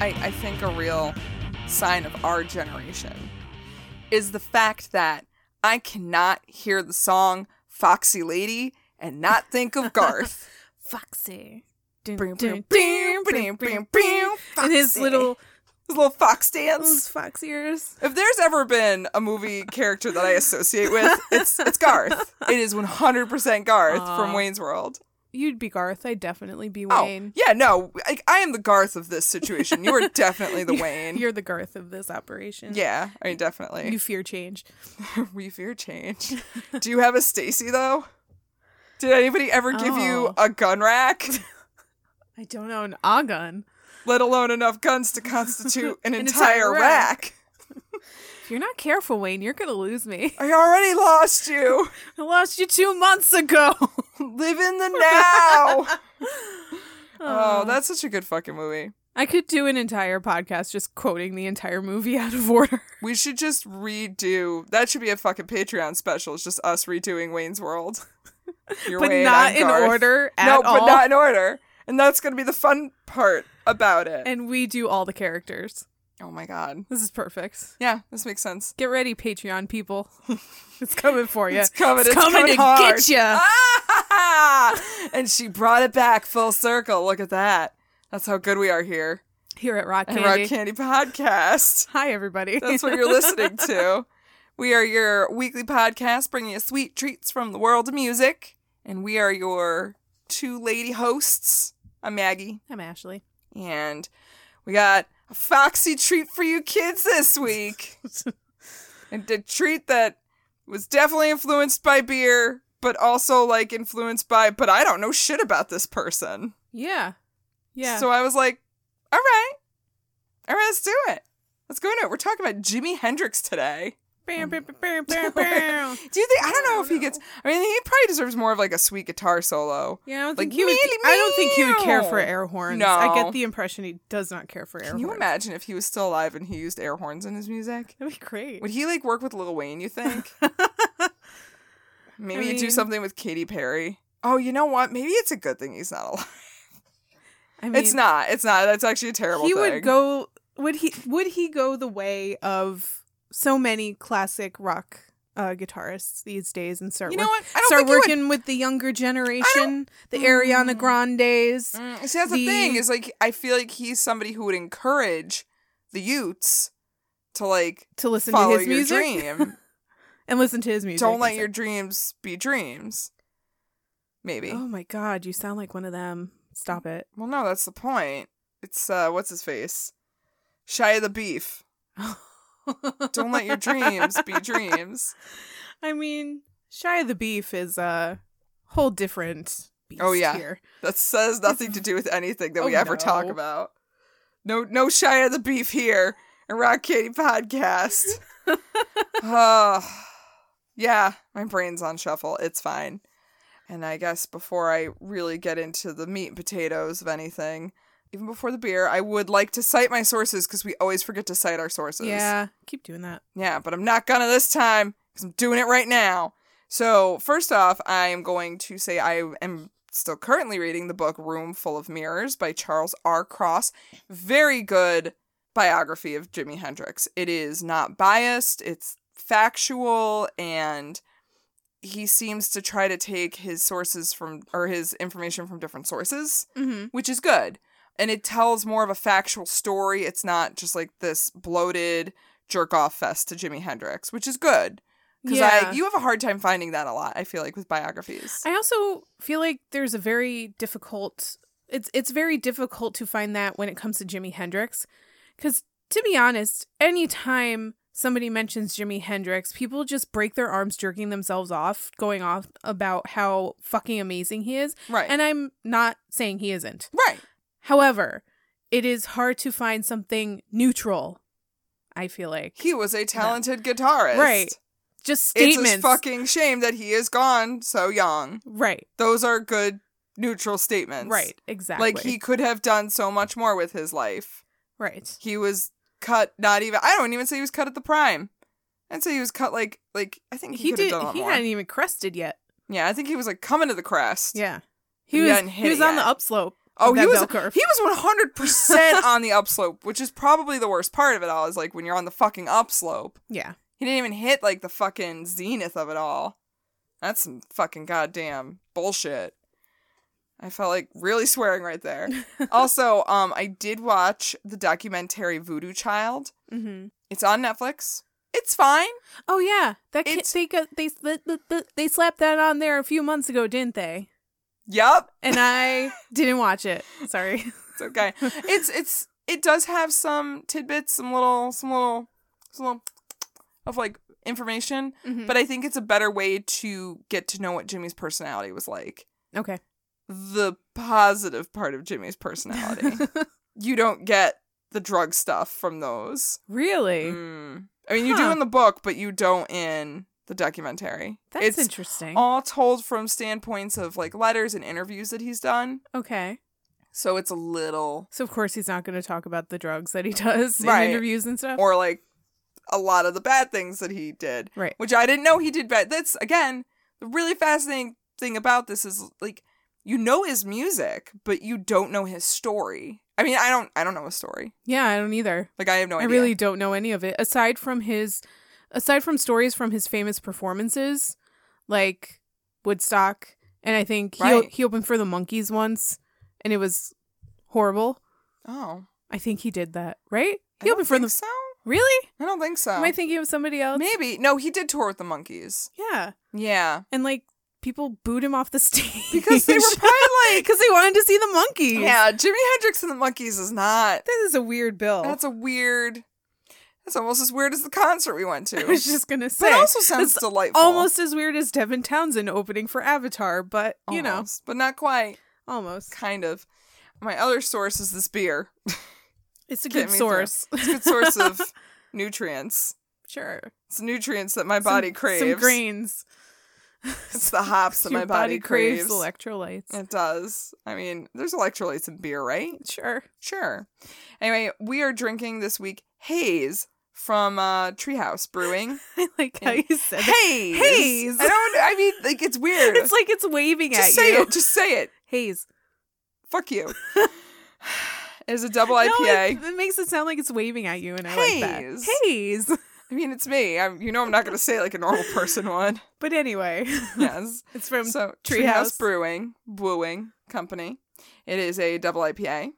I, I think a real sign of our generation is the fact that I cannot hear the song Foxy Lady and not think of Garth. Foxy. Bring, bring, bring, bring, bring, bring, And his Foxy. little his little fox those dance. fox ears. If there's ever been a movie character that I associate with, it's it's Garth. It is 100% Garth from Aw. Wayne's World. You'd be Garth. I'd definitely be Oh, Wayne. yeah, no. I, I am the Garth of this situation. You are definitely the Wayne. You're the Garth of this operation. yeah, I mean, definitely. You fear change. we fear change. Do you have a Stacy though? Did anybody ever give you Oh. a gun rack? I don't own a gun. Let alone enough guns to constitute an, An entire, entire rack. If you're not careful, Wayne, you're gonna lose me. I already lost you. I lost you two months ago. Live in the now. oh, that's such a good fucking movie. I could do an entire podcast just quoting the entire movie out of order. We should just redo. That should be a fucking Patreon special. It's just us redoing Wayne's World. Your but Wayne, not I'm in Garth. order at No, all. but not in order. And that's gonna be the fun part about it. and we do all the characters. oh my god. This is perfect. Yeah, this makes sense. Get ready, Patreon people. It's coming for you. It's coming. It's, coming, to hard. get you. Ah! And she brought it back full circle. Look at that. That's how good we are here Here at Rock at Candy. Rock Candy Podcast. Hi, everybody. That's what you're listening to. We are your weekly podcast bringing you sweet treats from the world of music. And we are your two lady hosts. I'm Maggie. I'm Ashley. And we got a foxy treat for you kids this week. and a treat that was definitely influenced by beer, but also like influenced by, but I don't know shit about this person. Yeah. Yeah. So I was like, all right, all right, let's do it. Let's go into it. We're talking about Jimi Hendrix today. bam, bam, bam, bam, bam, bam. Do you think? I don't I know don't if he know. gets. I mean, he probably deserves more of like a sweet guitar solo. Yeah, I don't Like, think he would. meow, I don't think he would care for meow. air horns. No. I get the impression he does not care for air Can horns. you imagine if he was still alive and he used air horns in his music? That'd be great. Would he like work with Lil Wayne? You think? Maybe do mean- something with Katy Perry. Oh, you know what? Maybe it's a good thing he's not alive. I mean, it's not. It's not. That's actually a terrible He thing. would go. Would he? Would he go the way of so many classic rock uh, guitarists these days and start? You know work- what? I don't start think he would. working with the younger generation, the Ariana Mm. Grandes. Mm, see, that's the, thing the- is like I feel like he's somebody who would encourage the youths to like to listen to follow his your music dream. and listen to his music. Don't let and your dreams be dreams. Maybe. say, Oh my god, you sound like one of them. Stop it. Well, no, that's the point. It's uh, what's his face, Shia the Beef. Don't let your dreams be dreams. I mean, Shia the Beef is a whole different beast Oh, yeah. here. That says nothing to do with anything that we Oh, ever talk no. about. No, no Shia the Beef here in Rock Kitty Podcast. uh, yeah, my brain's on shuffle. It's fine. And I guess before I really get into the meat and potatoes of anything, even before the beer, I would like to cite my sources because we always forget to cite our sources. Yeah, keep doing that. Yeah, but I'm not gonna this time because I'm doing it right now. So, first off, I am going to say I am still currently reading the book Room Full of Mirrors by Charles R. Cross. Very good biography of Jimi Hendrix. It is not biased, it's factual, and he seems to try to take his sources from or his information from different sources Mm-hmm. which is good. And it tells more of a factual story. It's not just like this bloated jerk off fest to Jimi Hendrix, which is good. Because yeah. I you have a hard time finding that a lot, I feel like, with biographies. I also feel like there's a very difficult it's it's very difficult to find that when it comes to Jimi Hendrix cuz to be honest, anytime somebody mentions Jimi Hendrix, people just break their arms jerking themselves off going off about how fucking amazing he is, right. and I'm not saying he isn't. right. However, it is hard to find something neutral. I feel like He was a talented guitarist. Right. just It's a statements fucking shame that he is gone so young. right, Those are good neutral statements. right, exactly. Like he could have done so much more with his life. right. He was cut not even I don't even say he was cut at the prime. I'd say he was cut like like I think he, he could have did. done a lot He more. hadn't even crested yet. Yeah, I think he was was like coming to the crest. Yeah, He he was. hadn't hit He was it on yet. the upslope. Oh, he that was bell curve. he was one hundred percent on the upslope, which is probably the worst part of it all. Is like when you're on the fucking upslope. Yeah. He didn't even hit like the fucking zenith of it all. That's some fucking goddamn bullshit. I felt like really swearing right there. also, um, I did watch the documentary Voodoo Child. Mm-hmm. It's on Netflix. It's fine. Oh yeah, that kid, It's- they got they they- they- they slapped that on there a few months ago, didn't they? Yup. And I didn't watch it. Sorry. It's okay. it's it's it does have some tidbits, some little some little some little of like information, Mhm. but I think it's a better way to get to know what Jimmy's personality was like. Okay. The positive part of Jimmy's personality. you don't get the drug stuff from those. really? Mm. I mean, you do Huh. in the book, but you don't in the documentary. That's it's interesting. all told from standpoints of like letters and interviews that he's done. okay. So it's a little So of course he's not going to talk about the drugs that he does Right. in interviews and stuff. or like a lot of the bad things that he did, right. which I didn't know he did bad. That's again the really fascinating thing about this is like you know his music, but you don't know his story. I mean, I don't, I don't know his story. Yeah, I don't either. Like I have no I idea. really don't know any of it aside from his aside from stories from his famous performances like Woodstock and I think he Right. he opened for the Monkees once and it was horrible. Oh, I think he did that, right? I He don't opened for think the so. Really? I don't think so. Am I thinking of somebody else? Maybe no, he did tour with the monkeys. Yeah. Yeah, And like people booed him off the stage because they were probably like, because they wanted to see the monkeys. yeah, Jimi Hendrix and the monkeys is not. This is a weird bill. That's a weird. That's almost as weird as the concert we went I to. was just gonna say. But it also sounds It's delightful. almost as weird as Devin Townsend opening for Avatar, but you know, Almost, but not quite. almost. Kind of. My other source is this beer. It's a Get good me through. source. It's a good source of nutrients. Sure. It's nutrients that my body some, craves. Some grains. It's the hops that Your my body, craves. electrolytes. it does. I mean, there's electrolytes in beer, right? Sure. Sure. Anyway, we are drinking this week Haze from uh, Treehouse Brewing. I like how Yeah. you said that. Haze. Haze. I don't. I mean, like it's weird. It's like it's waving just at say you. it. Just say it. Haze. Fuck you. it is a double No, IPA. it, it makes it sound like it's waving at you, and I like Haze. that. Haze. I mean, it's me. I'm, you know, I'm not going to say it like a normal person would. But anyway, Yes. it's from So, Treehouse. Treehouse Brewing, Brewing Company. It is a double IPA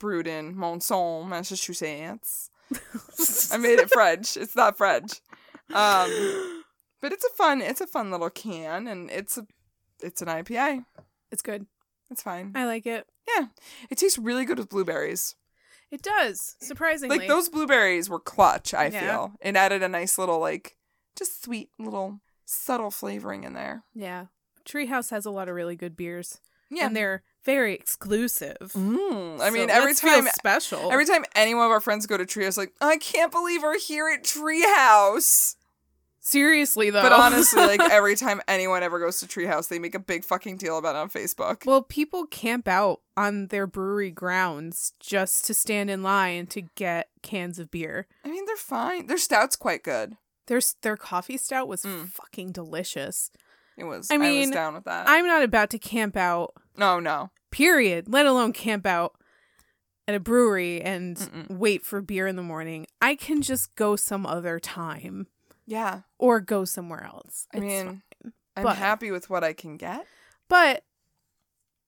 brewed in Monson, Massachusetts. I made it French. It's not French. Um, but it's a fun, it's a fun little can, and it's a, it's an IPA. it's good. It's fine. I like it. It tastes really good with blueberries. It does surprisingly. Like those blueberries were clutch. I Yeah. feel it added a nice little like, just sweet little subtle flavoring in there. Yeah. Treehouse has a lot of really good beers. Yeah, And they're very exclusive. Mm, I mean, So every let's feel time, special. every time any one of our friends go to Treehouse, like I can't believe we're here at Treehouse. Seriously though. But honestly, like every time anyone ever goes to Treehouse, they make a big fucking deal about it on Facebook. well, people camp out on their brewery grounds just to stand in line to get cans of beer. I mean, they're fine. Their stout's quite good. Their s- their coffee stout was Mm. fucking delicious. It was. I I, was mean, down with that. I'm not about to camp out, no, no. period, let alone camp out at a brewery and Mm-mm. wait for beer in the morning. I can just go some other time Yeah, or go somewhere else. I It's mean, I'm But- happy with what I can get. but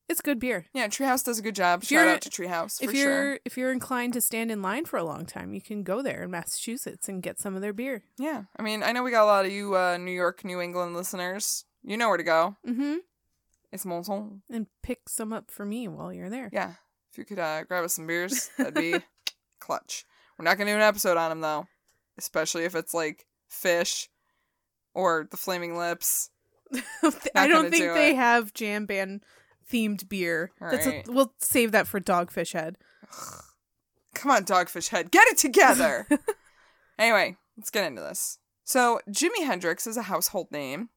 it's good beer. Yeah, Treehouse does a good job. If Shout you're- out to Treehouse for If you're sure. if you're inclined to stand in line for a long time, you can go there in Massachusetts and get some of their beer. Yeah, I mean, I know we got a lot of you uh, New York, New England listeners. You know where to go. Mm-hmm. It's Monson. And pick some up for me while you're there. Yeah. If you could uh, grab us some beers, that'd be clutch. We're not going to do an episode on them, though, especially if it's like fish or the flaming lips. I Not don't gonna think do they it. have jam band themed beer. That's a, Alright. we'll save that for Dogfish Head. Come on, dogfish head, get it together. anyway, let's get into this. So, Jimi Hendrix is a household name.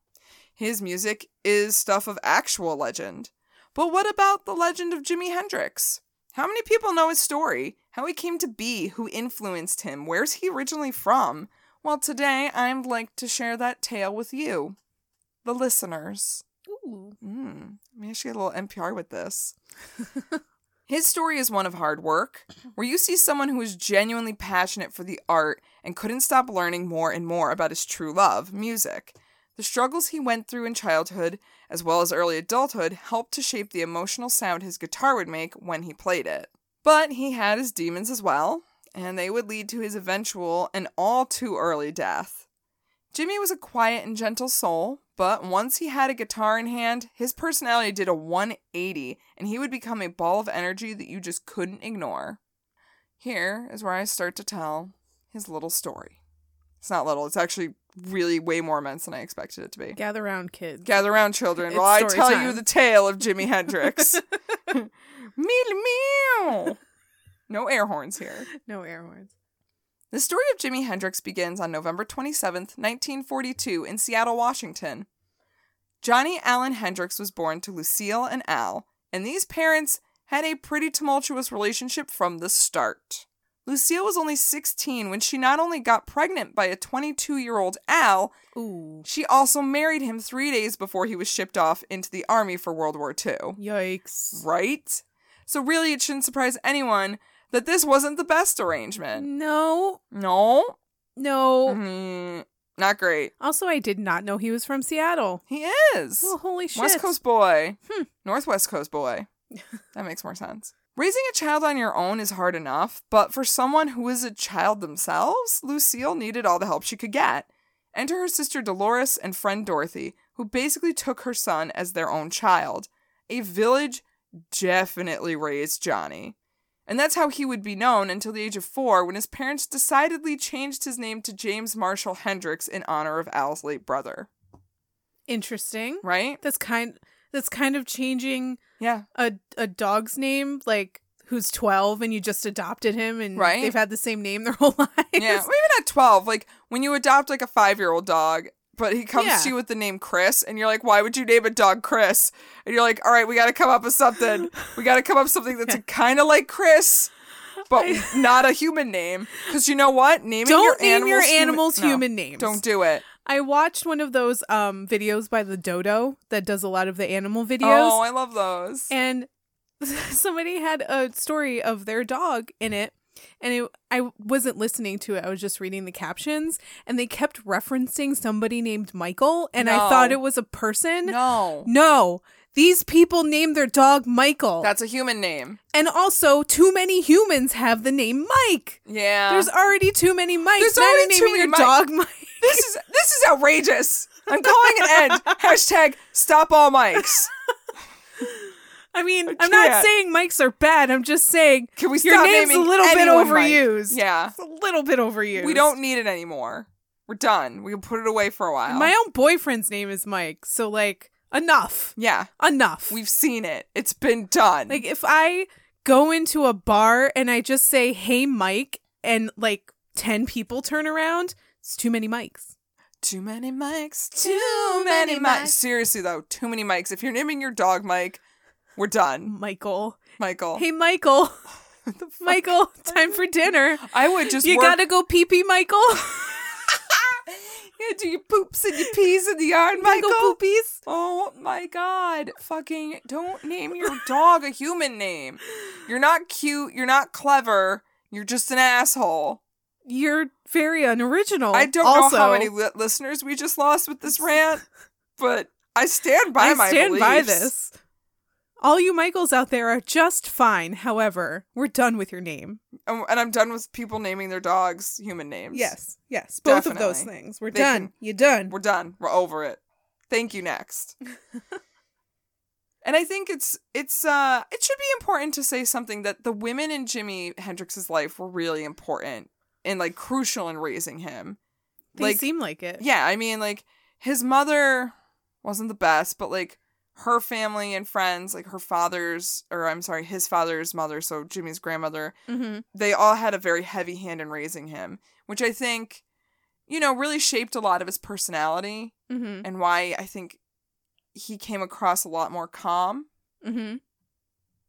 His music is stuff of actual legend. But what about the legend of Jimi Hendrix? How many people know his story? How he came to be, who influenced him, where's he originally from? Well, today I'd like to share that tale with you, the listeners. Ooh. Mm, maybe I should get a little NPR with this. His story is one of hard work, where you see someone who is genuinely passionate for the art and couldn't stop learning more and more about his true love, music. The struggles he went through in childhood, as well as early adulthood, helped to shape the emotional sound his guitar would make when he played it. But he had his demons as well, and they would lead to his eventual and all too early death. Jimmy was a quiet and gentle soul, but once he had a guitar in hand, his personality did a 180 and he would become a ball of energy that you just couldn't ignore. Here is where I start to tell his little story. It's not little, it's actually really way more immense than I expected it to be. Gather round, kids. Gather round, children, It's while I story tell time. you the tale of Jimi Hendrix. meow meow. No air horns here. No air horns. The story of Jimi Hendrix begins on November 27, 1942, in Seattle, Washington. Johnny Allen Hendrix was born to Lucille and Al, and these parents had a pretty tumultuous relationship from the start. Lucille was only 16 when she not only got pregnant by a 22 year old Al, Ooh. she also married him three days before he was shipped off into the Army for World War II. Yikes. Right? So, really, it shouldn't surprise anyone that this wasn't the best arrangement. No. No? No. Mm, not great. Also, I did not know he was from Seattle. He is. Well, holy shit. West Coast boy. Hmm. Northwest Coast boy. that makes more sense. Raising a child on your own is hard enough, but for someone who is a child themselves, Lucille needed all the help she could get. Enter her sister Dolores and friend Dorothy, who basically took her son as their own child. A village definitely raised Johnny. And that's how he would be known until the age of four when his parents decidedly changed his name to James Marshall Hendricks in honor of Al's late brother. Interesting. Right? That's kind. That's kind of changing Yeah. a a dog's name, like who's twelve, and you just adopted him, and Right. they've had the same name their whole lives. Yeah, well, even at 12, like when you adopt like a five year old dog, but he comes Yeah. to you with the name Chris, and you're like, why would you name a dog Chris? And you're like, all right, we got to come up with something. We got to come up with something that's kind of like Chris, but I- not a human name. Because you know what? Naming Don't your name your animals animals no, human names. Don't do it. I watched one of those um videos by the Dodo that does a lot of the animal videos. Oh, I love those. and somebody had a story of their dog in it and it, i wasn't listening to it i was just reading the captions and they kept referencing somebody named michael and i No. thought it was a person no, No, these people named their dog michael that's a human name. and also too many humans have the name mike Yeah. there's already too many mikes There's Now you're already too naming many your Mike. dog mike this is this is outrageous. I'm calling an end. Hashtag stop all mics. i mean I i'm not can't. saying mikes are bad i'm just saying Can we stop your name's a naming little bit anyone Mike? overused Yeah. it's a little bit overused We don't need it anymore. We're done. We can put it away for a while. My own boyfriend's name is Mike, so like enough, yeah, enough. we've seen it. It's been done. like if I go into a bar and I just say "Hey, Mike," and like ten people turn around, it's too many mics. too many mics. Too many mics. Seriously though, too many mics. If you're naming your dog Mike, we're done, Michael, Michael. hey Michael, Michael, time for dinner. I would just You work- gotta go pee pee, Michael. yeah, do your poops and your pees in the yard, Michael. Michael poopies. Oh my god. Fucking don't name your dog a human name. You're not cute, you're not clever, you're just an asshole. You're very unoriginal. I don't also, know how many li- listeners we just lost with this rant, but I stand by I my stand by beliefs. this. All you Michaels out there are just fine. However, we're done with your name. Um, and I'm done with people naming their dogs human names. Yes, yes. both of those Definitely. things. We're They done. can- You're done. We're done. We're over it. Thank you next. and I think it's it's uh it should be important to say something that the women in Jimi Hendrix's life were really important and like crucial in raising him. They like- seem like it. Yeah, I mean, like his mother wasn't the best, but like her family and friends, like her father's, or I'm sorry, his father's mother, so Jimmy's grandmother, Mm-hmm. they all had a very heavy hand in raising him, which I think, you know, really shaped a lot of his personality Mm-hmm. and why I think he came across a lot more calm. Mm-hmm.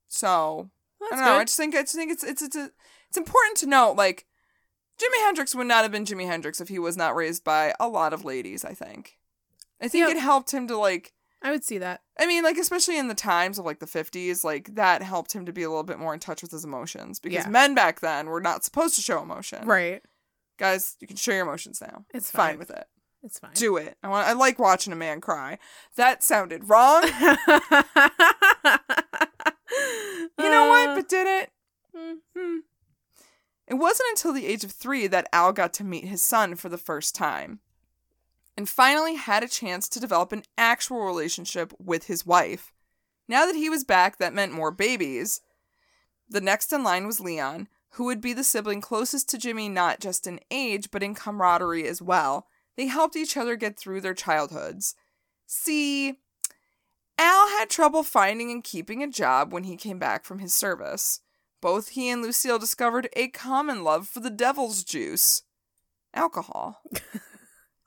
So That's I don't know. I good. just think I just think it's it's it's a, it's important to note like Jimi Hendrix would not have been Jimi Hendrix if he was not raised by a lot of ladies. I think. I think Yeah. it helped him to like I would see that. I mean, like, especially in the times of like the 50s, like that helped him to be a little bit more in touch with his emotions because Yeah. men back then were not supposed to show emotion. Right. Guys, you can show your emotions now. It's fine, fine. with it. It's fine. Do it. I want I like watching a man cry. That sounded wrong. you You know know what? But did it? Mm. Uh, Hmm. It wasn't until the age of three that Al got to meet his son for the first time and finally had a chance to develop an actual relationship with his wife. Now that he was back, that meant more babies. The next in line was Leon, who would be the sibling closest to Jimmy not just in age, but in camaraderie as well. They helped each other get through their childhoods. See, Al had trouble finding and keeping a job when he came back from his service. Both he and Lucille discovered a common love for the devil's juice alcohol.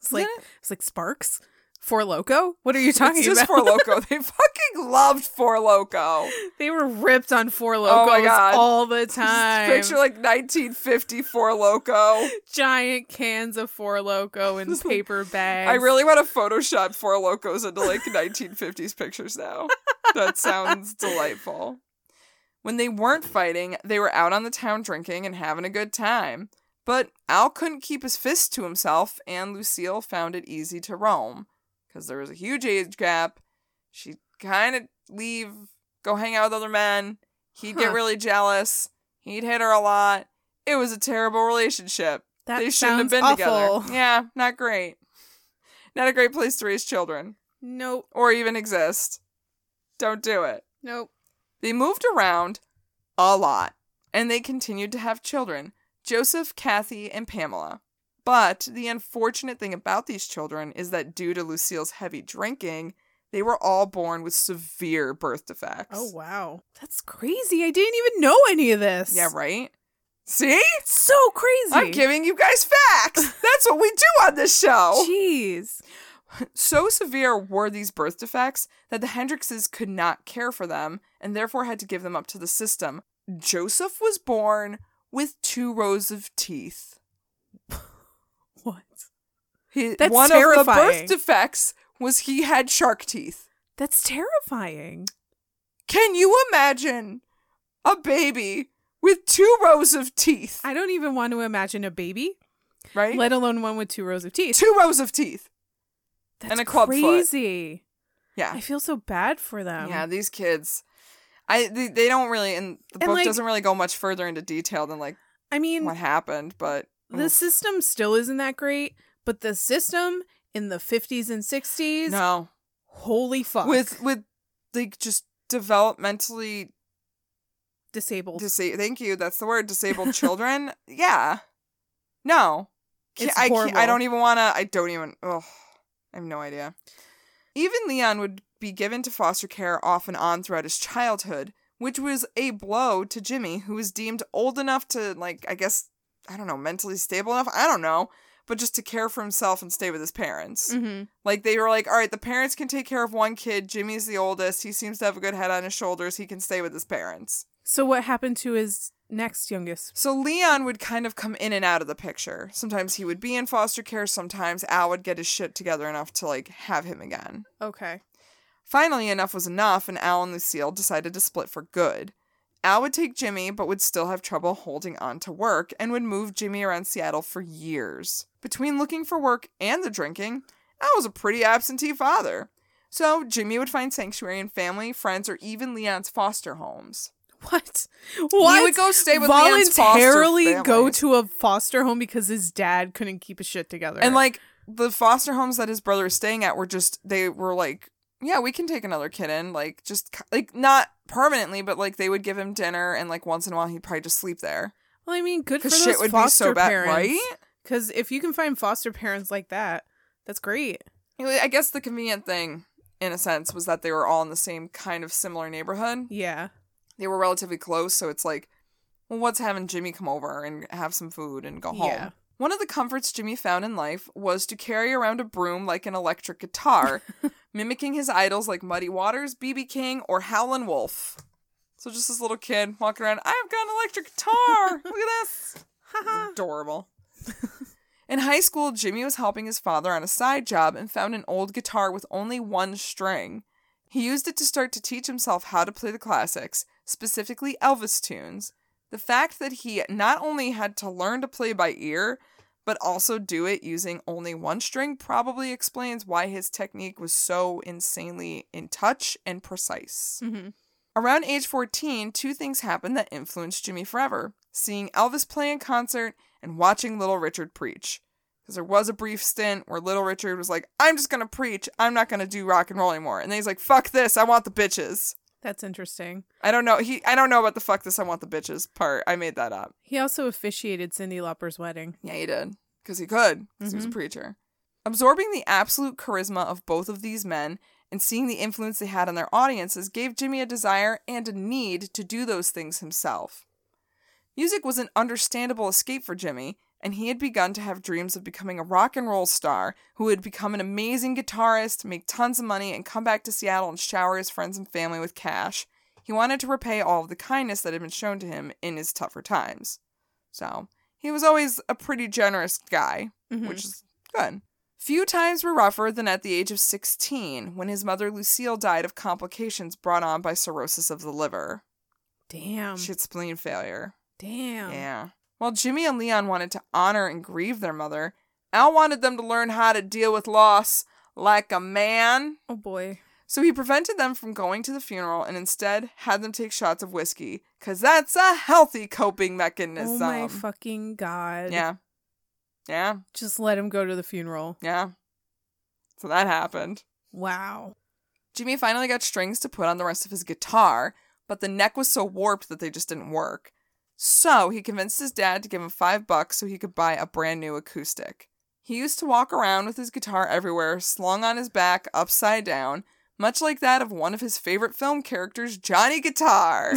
it's like it's like sparks. For loco? What are you talking it's just about? Four Loco. They fucking loved Four Loco. They were ripped on four Oh locos my God. all the time. Picture like 1950 Four Loco. giant cans of four loco in paper bags. I really want to Photoshop Four Locos into like 1950s pictures now. That sounds delightful. When they weren't fighting, they were out on the town drinking and having a good time. But Al couldn't keep his fists to himself, and Lucille found it easy to roam because there was a huge age gap. She'd kind of leave, go hang out with other men. He'd get Huh. really jealous. He'd hit her a lot. It was a terrible relationship that they shouldn't have sounds been awful. together. Yeah, not great. Not a great place to raise children Nope. or even exist. Don't do it. Nope. They moved around a lot and they continued to have children Joseph, Kathy, and Pamela. But the unfortunate thing about these children is that due to Lucille's heavy drinking, they were all born with severe birth defects. Oh wow. That's crazy. I didn't even know any of this. Yeah, right? See? It's so crazy. I'm giving you guys facts. That's what we do on this show. Jeez. So severe were these birth defects that the Hendrixes could not care for them and therefore had to give them up to the system. Joseph was born with two rows of teeth. What? He, That's one of the terrifying. birth defects was he had shark teeth. That's terrifying. Can you imagine a baby with two rows of teeth? I don't even want to imagine a baby, Right? let alone one with two rows of teeth. two rows of teeth. That's and a club foot. crazy. Yeah. I feel so bad for them. Yeah, these kids. I they, they don't really and the And, book like- doesn't really go much further into detail than like I mean, what happened, but the system still isn't that great, but the system in the 50s and 60s, no. holy fuck. with with like just developmentally disabled. disabled. Thank you. That's the word. Disabled children. yeah. No. Ca- It's I can't, I horrible. don't even want to. I don't even. Oh, I have no idea. Even Leon would be given to foster care off and on throughout his childhood, which was a blow to Jimmy, who was deemed old enough to like I guess I don't know mentally stable enough. I don't know. But just to care for himself and stay with his parents. Mhm. Like they were like, all right, the parents can take care of one kid. Jimmy's the oldest. He seems to have a good head on his shoulders. He can stay with his parents. So, what happened to his next youngest? So Leon would kind of come in and out of the picture. Sometimes he would be in foster care. Sometimes Al would get his shit together enough to like have him again. Okay. Finally, enough was enough, and Al and Lucille decided to split for good. Al would take Jimmy, but would still have trouble holding on to work and would move Jimmy around Seattle for years. Between looking for work and the drinking, Al was a pretty absentee father. So Jimmy would find sanctuary in family, friends, or even Leon's foster homes. What? What? He would go stay with Leon's foster voluntarily go families. to a foster home because his dad couldn't keep his shit together. And like the foster homes that his brother was staying at were just they were like, yeah, we can take another kid in, like just ki- like not permanently, but like they would give him dinner and like once in a while he'd probably just sleep there well, I mean, good for because those shit would be foster so bad, parents. right? Because if you can find foster parents like that, that's great. Anyway, I guess the convenient thing, in a sense, was that they were all in the same kind of similar neighborhood. Yeah. They were relatively close, so it's like, well, what's having Jimmy come over and have some food and go home? Yeah. One of the comforts Jimmy found in life was to carry around a broom like an electric guitar, mimicking his idols like Muddy Waters, BB King, or Howlin' Wolf. So just this little kid walking around, I've got an electric guitar. Look at this. Haha. Adorable. In high school, Jimmy was helping his father on a side job and found an old guitar with only one string. He used it to start to teach himself how to play the classics, specifically Elvis tunes. The fact that he not only had to learn to play by ear, but also do it using only one string probably explains why his technique was so insanely in touch and precise. Mm-hmm. Around age 14, two things happened that influenced Jimmy forever seeing Elvis play in concert and watching Little Richard preach. Because there was a brief stint where Little Richard was like, I'm just going to preach. I'm not going to do rock and roll anymore. And then he's like, fuck this. I want the bitches. That's interesting. I don't know. He, I don't know about the fuck this. I want the bitches part. I made that up. He also officiated Cindy Lauper's wedding. Yeah, he did. Because he could. Because he was a preacher. Absorbing the absolute charisma of both of these men and seeing the influence they had on their audiences gave Jimmy a desire and a need to do those things himself. Music was an understandable escape for Jimmy, and he had begun to have dreams of becoming a rock and roll star who would become an amazing guitarist, make tons of money, and come back to Seattle and shower his friends and family with cash. He wanted to repay all of the kindness that had been shown to him in his tougher times. So, he was always a pretty generous guy Mhm. which is good. Few times were rougher than at the age of 16 when his mother Lucille died of complications brought on by cirrhosis of the liver. damn, She had spleen failure. damn. Yeah. While Jimmy and Leon wanted to honor and grieve their mother, Al wanted them to learn how to deal with loss like a man. Oh boy. So he prevented them from going to the funeral and instead had them take shots of whiskey, because that's a healthy coping mechanism. Oh my fucking god. um, yeah. Yeah. Just let him go to the funeral. Yeah. So that happened. Wow. Jimmy finally got strings to put on the rest of his guitar, but the neck was so warped that they just didn't work. So he convinced his dad to give him five bucks so he could buy a brand new acoustic. He used to walk around with his guitar everywhere, slung on his back, upside down, much like that of one of his favorite film characters, Johnny Guitar.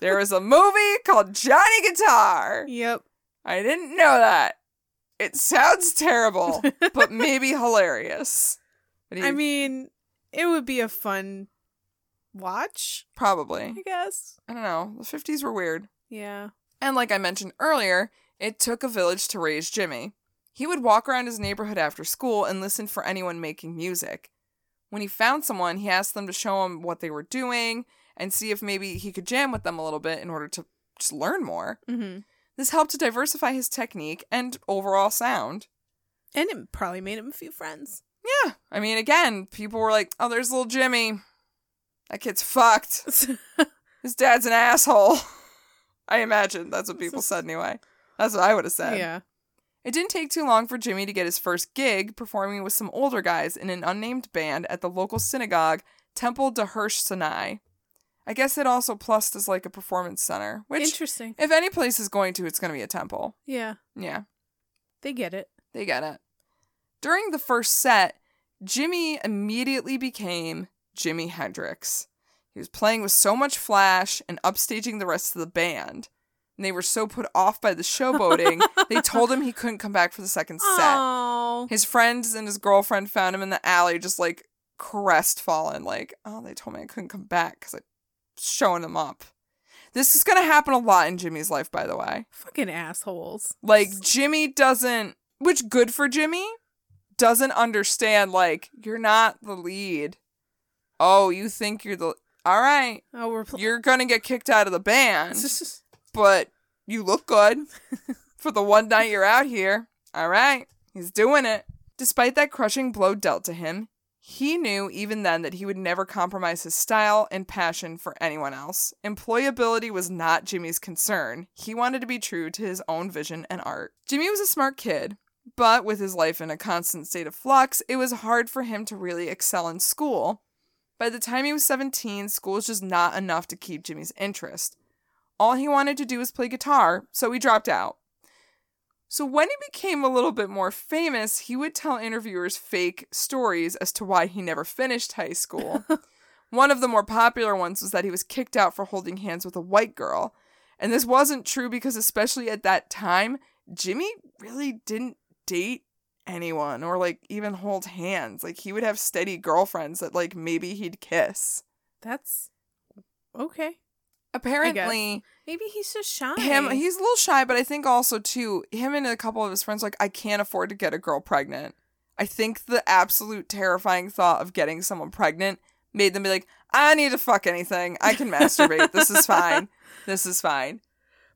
there was a movie called Johnny Guitar. Yep. I didn't know that. It sounds terrible, but maybe hilarious. But he- I mean, it would be a fun watch, probably. I guess. I don't know. The 50s were weird. Yeah. And like I mentioned earlier, it took a village to raise Jimmy. He would walk around his neighborhood after school and listen for anyone making music. When he found someone, he asked them to show him what they were doing and see if maybe he could jam with them a little bit in order to just learn more. Mm-hmm. This helped to diversify his technique and overall sound. And it probably made him a few friends. Yeah, I mean, again, people were like, oh, there's little Jimmy. That kid's fucked. His dad's an asshole. I imagine that's what people said anyway. That's what I would have said. yeah. It didn't take too long for Jimmy to get his first gig performing with some older guys in an unnamed band at the local synagogue, Temple de Hirsch Sinai. I guess it also plussed as like a performance center, which, Interesting. if any place is going to, it's going to be a temple. Yeah. Yeah, They get it. they get it. During the first set, Jimmy immediately became Jimi Hendrix. He was playing with so much flash and upstaging the rest of the band. And they were so put off by the showboating, they told him he couldn't come back for the second set. Oh. His friends and his girlfriend found him in the alley, just like crestfallen, like, oh, they told me I couldn't come back because I showing them up. This is going to happen a lot in Jimmy's life, by the way. Fucking assholes. Like, Jimmy doesn't, which good for Jimmy, doesn't understand, like, you're not the lead. Oh, you think you're the, all right, Oh, we're pl- you're going to get kicked out of the band, but you look good for the one night you're out here. All right, he's doing it. Despite that crushing blow dealt to him, he knew even then that he would never compromise his style and passion for anyone else. Employability was not Jimmy's concern. He wanted to be true to his own vision and art. Jimmy was a smart kid, but with his life in a constant state of flux, it was hard for him to really excel in school. By the time he was 17, school was just not enough to keep Jimmy's interest. All he wanted to do was play guitar, so he dropped out. So when he became a little bit more famous, he would tell interviewers fake stories as to why he never finished high school. One of the more popular ones was that he was kicked out for holding hands with a white girl. And this wasn't true because, especially at that time, Jimmy really didn't date anyone or like even hold hands. Like he would have steady girlfriends that like maybe he'd kiss. That's okay. apparently Maybe he's just shy. him he's a little shy, but I think also too him and a couple of his friends are like I can't afford to get a girl pregnant. I think the absolute terrifying thought of getting someone pregnant made them be like, I need to fuck anything. I can masturbate. this is fine. This is fine.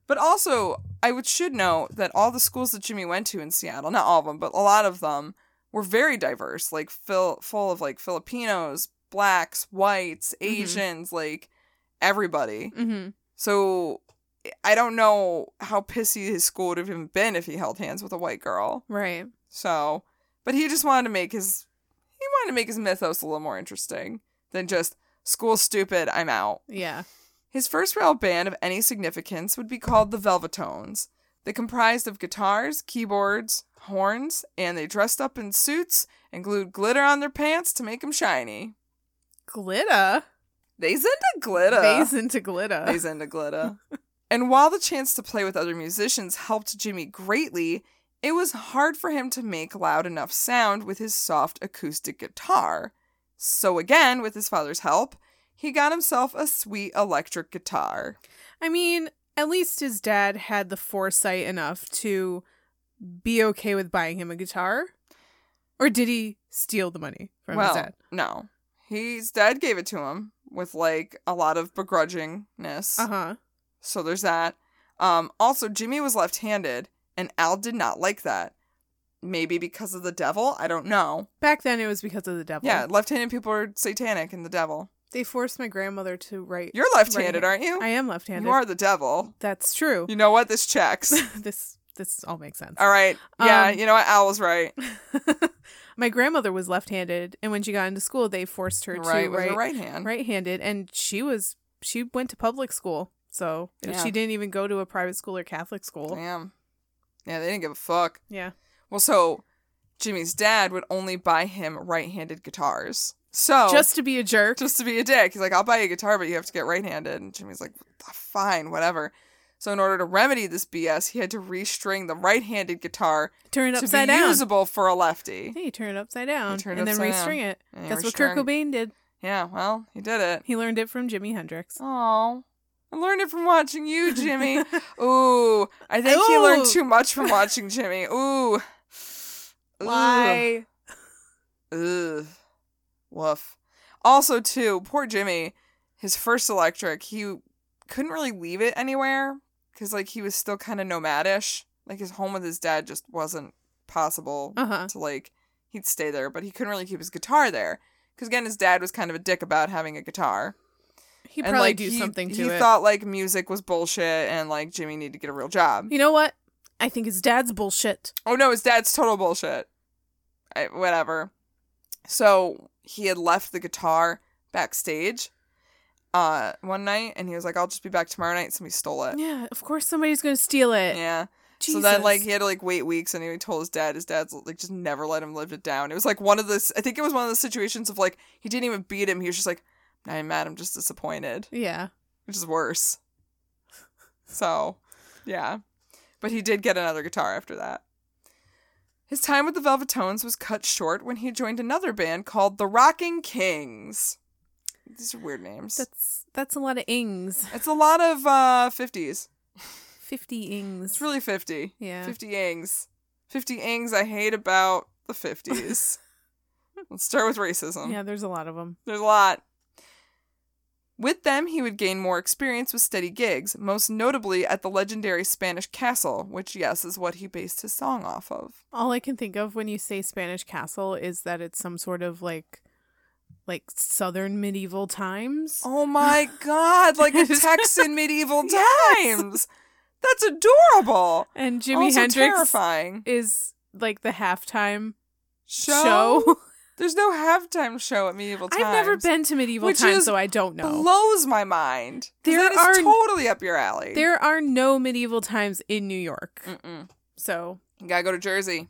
But also, I would should note that all the schools that Jimmy went to in Seattle, not all of them, but a lot of them were very diverse, like fill, full of like Filipinos, blacks, whites, Asians, like everybody. hmm So I don't know how pissy his school would have even been if he held hands with a white girl. Right. So, but he just wanted to make his he wanted to make his mythos a little more interesting than just school stupid, I'm out. Yeah. His first real band of any significance would be called the Velvetones. They comprised of guitars, keyboards, horns, and they dressed up in suits and glued glitter on their pants to make them shiny. Glitter. They's into glitter. Bays into glitter. He's into glitter. and while the chance to play with other musicians helped Jimmy greatly, it was hard for him to make loud enough sound with his soft acoustic guitar. So, again, with his father's help, he got himself a sweet electric guitar. I mean, at least his dad had the foresight enough to be okay with buying him a guitar. Or did he steal the money from well, his dad? no. His dad gave it to him with like a lot of begrudgingness. Uh huh. So there's that. Um, also, Jimmy was left handed, and Al did not like that. Maybe because of the devil? I don't know. Back then, it was because of the devil. Yeah, left-handed people are satanic and the devil. They forced my grandmother to write. You're left-handed, Right. aren't you? I am left-handed. Oh. You are the devil. That's true. You know what? This checks. this this all makes sense. All right. Yeah, Um, you know what? Al was right. my grandmother was left-handed, and when she got into school, they forced her Right to with her write right hand. right-handed, and she was she went to public school, so Yeah. she didn't even go to a private school or Catholic school. Damn. Yeah, they didn't give a fuck. Yeah. Well, so Jimmy's dad would only buy him right-handed guitars. So Just to be a jerk. just Oh. to be a dick. He's like, I'll buy you a guitar, but you have to get right handed. And Jimmy's like, fine, whatever. So, in order to remedy this BS, he had to restring the right handed guitar turn it to upside be down. usable for a lefty. Hey, turn it upside down turn it and then upside down. restring it. And he That's what Kurt restrung- Cobain did. Yeah, well, he did it. He learned it from Jimi Hendrix. Oh, I learned it from watching you, Jimmy. Ooh, I think he learned Ooh. too much from watching Jimmy. Ooh. Ooh. Why? Ugh. Woof. Also, too, poor Jimmy, his first electric, he couldn't really leave it anywhere because, like, he was still kind of nomadish. Like, his home with his dad just wasn't possible Uh huh. to, like, he'd stay there, but he couldn't really keep his guitar there. Because, again, his dad was kind of a dick about having a guitar. He And, probably like, do he- something to he it. thought, like, music was bullshit and, like, Jimmy needed to get a real job. you know what? I think his dad's bullshit. Oh no, his dad's total bullshit. I, whatever. So he had left the guitar backstage uh one night and he was like, I'll just be back tomorrow night. Somebody stole it. Yeah, of course somebody's gonna steal it. Uh, Yeah. So Jesus. then like he had to like wait weeks and he told his dad, his dad's like just never let him live it down. It was like one of the I think it was one of the situations of like he didn't even beat him. He was just like, I'm mad, I'm just disappointed yeah. which is worse. So, yeah. But he did get another guitar after that. His time with the Velvetones was cut short when he joined another band called the Rocking Kings. These are weird names. That's that's a lot of ings. it's a lot of uh, 50s. Fifty ings. It's really 50. yeah. 50 ings. 50 ings I hate about the 50s. Let's start with racism. Yeah, there's a lot of them. There's a lot. With them, he would gain more experience with steady gigs, most notably at the legendary Spanish Castle, which, yes, is what he based his song off of. All I can think of when you say Spanish castle is that it's some sort of like like southern medieval times. Oh my God, like a Texan medieval times. That's adorable. And Jimi also Hendrix terrifying. is like the halftime Show? show. There's no halftime show at medieval times. I've never been to medieval Which times, is so I don't know. Blows my mind. 'Cause There that is are- totally up your alley. there are no medieval times in New York. Mm-mm. So You gotta go to Jersey.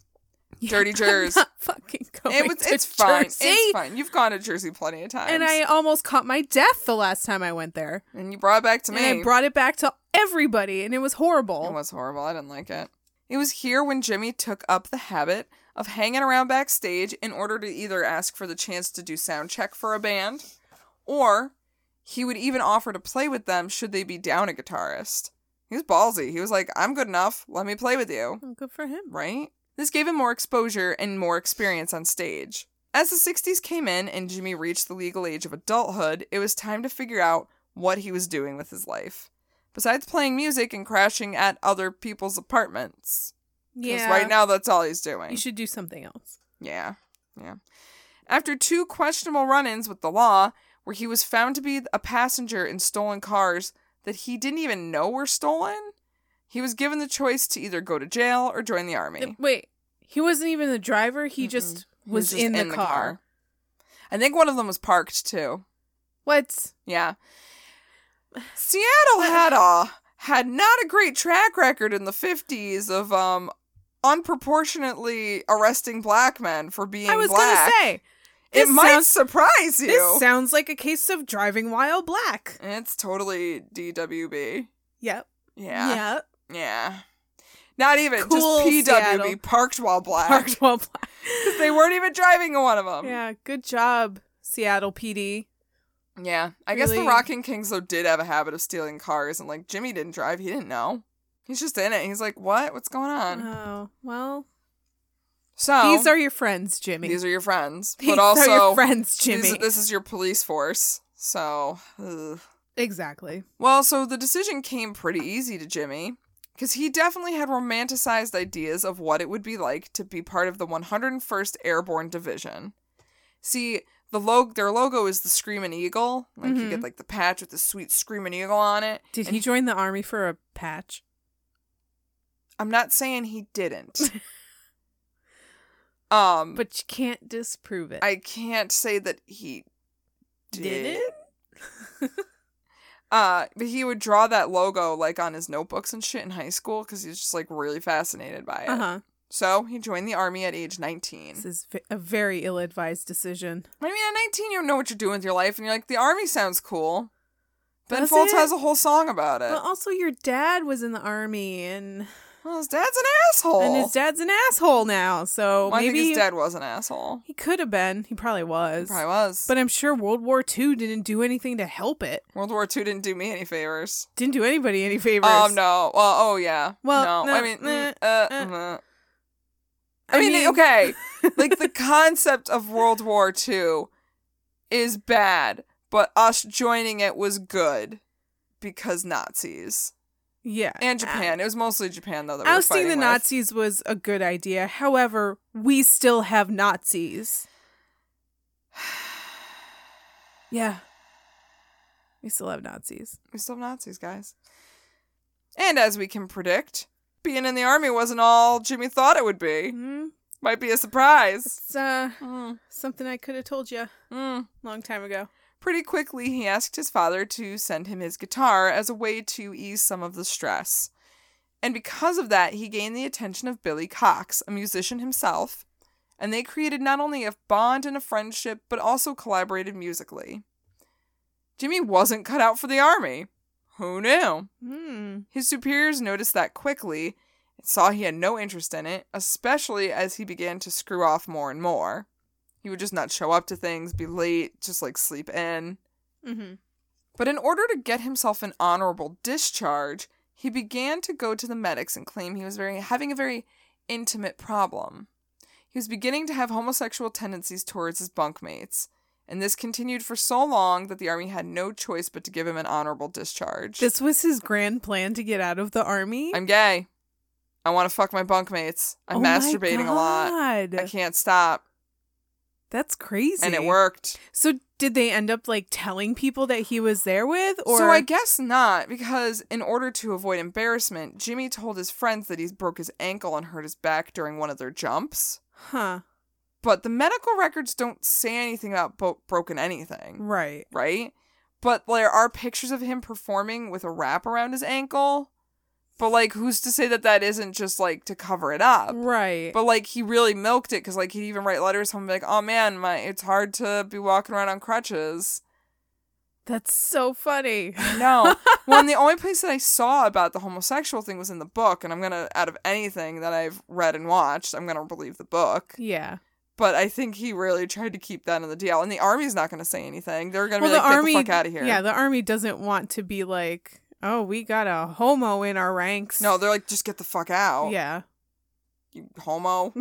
yeah, Dirty I'm Jers. not fucking going It was, to it's fine. Jersey. It's fine. You've gone to Jersey plenty of times. And I almost caught my death the last time I went there. And you brought it back to me. And I brought it back to everybody, and it was horrible. it was horrible. I didn't like it. It was here when Jimmy took up the habit of hanging around backstage in order to either ask for the chance to do sound check for a band or He would even offer to play with them should they be down a guitarist. He was ballsy. He was like, I'm good enough. Let me play with you. Well, good for him. Right? This gave him more exposure and more experience on stage. As the 60s came in and Jimmy reached the legal age of adulthood, it was time to figure out what he was doing with his life. Besides playing music and crashing at other people's apartments. 'Cause Yeah. right now, that's all he's doing. you should do something else. Yeah, yeah. After two questionable run ins with the law, where he was found to be a passenger in stolen cars that he didn't even know were stolen, he was given the choice to either go to jail or join the army. Th- Wait, he wasn't even the driver. He Mm-mm. just He was, just in, the, car. I think one of them was parked too. What? Yeah. Seattle had a had not a great track record in the 50s of um unproportionately arresting black men for being I was black. gonna say It this might sounds- surprise you. this sounds like a case of driving while black. it's totally DWB. Yep. Yeah. Yeah. Yep. Not even Cool, just PWB Seattle. parked while black. Parked while black. They weren't even driving one of them. yeah. Good job, Seattle PD. Yeah. I guess the Really- Rockin' Kings though did have a habit of stealing cars and like Jimmy didn't drive, he didn't know. He's just in it. He's like, "What? What's going on?" Oh well. So These are your friends, Jimmy. Oh. these are your friends, These but are also your friends, these- Jimmy. this is your police force. So, ugh. exactly. well, so the decision came pretty easy to Jimmy because he definitely had romanticized ideas of what it would be like to be part of the 101st Airborne Division. See, the log their logo is the screaming eagle. Like you Mhm. get like the patch with the sweet screaming eagle on it. Did And he join the army for a patch? I'm not saying he didn't. um, but But you can't disprove it. I can't say that he did. it? Uh, but he would draw that logo like on his notebooks and shit in high school because he was just like really fascinated by it. uh huh. So he joined the army at age 19. This is v- a very ill-advised decision. I mean, at 19, you don't know what you're doing with your life, and you're like, the army sounds cool. Ben Does Folds it? has a whole song about it. But Well, also, your dad was in the army, and his dad's an asshole. and his dad's an asshole now. So Well, I think maybe his dad was an asshole. he could have been. He probably He was. probably was. But I'm sure World War II didn't do anything to help it. World War II didn't do me any favors. Didn't do anybody any favors. Oh no. Well, oh yeah. Well, Well, no. I no, mean, eh, mm, uh, eh. mm. I mean, okay. like the concept of World War II is bad, but us joining it was good because Nazis Yeah. and Japan. It was mostly Japan though. That we were Ousting the fighting with. Nazis was a good idea. However, we still have Nazis. Yeah. We still have Nazis. We still have Nazis, guys. And as we can predict, being in the army wasn't all Jimmy thought it would be. Mm, Might be a surprise. it's uh, Mm, something I could have told you mm. long time ago. Pretty quickly, he asked his father to send him his guitar as a way to ease some of the stress. And because of that, he gained the attention of Billy Cox, a musician himself, and they created not only a bond and a friendship, but also collaborated musically. Jimmy wasn't cut out for the army. Who knew? Mm. His superiors noticed that quickly and saw he had no interest in it, especially as he began to screw off more and more. He would just not show up to things, be late, just like sleep in. hmm But in order to get himself an honorable discharge, he began to go to the medics and claim he was very having a very intimate problem. He was beginning to have homosexual tendencies towards his bunkmates, and this continued for so long that the army had no choice but to give him an honorable discharge. This was his grand plan to get out of the army. I'm gay. I want to fuck my bunkmates. I'm Oh my masturbating a lot. God. I can't stop. That's crazy. And it worked. So did they end up like telling people that he was there with, or so I guess not, because in order to avoid embarrassment, Jimmy told his friends that he's broke his ankle and hurt his back during one of their jumps. huh? But the medical records don't say anything about bo- broken anything, Right. right? But there are pictures of him performing with a wrap around his ankle. But like, who's to say that that isn't just like to cover it up? Right. Uh, But like, he really milked it because like he'd even write letters home and be like, "Oh man, my it's hard to be walking around on crutches." That's so funny. No. well, and the only place that I saw about the homosexual thing was in the book, and I'm gonna, out of anything that I've read and watched, I'm gonna believe the book. yeah. But I think he really tried to keep that in the DL. And the army's not going to say anything. They're going to be like, get the fuck out of here. Yeah, the army doesn't want to be like, oh, we got a homo in our ranks. No, they're like, just get the fuck out. Yeah. You homo.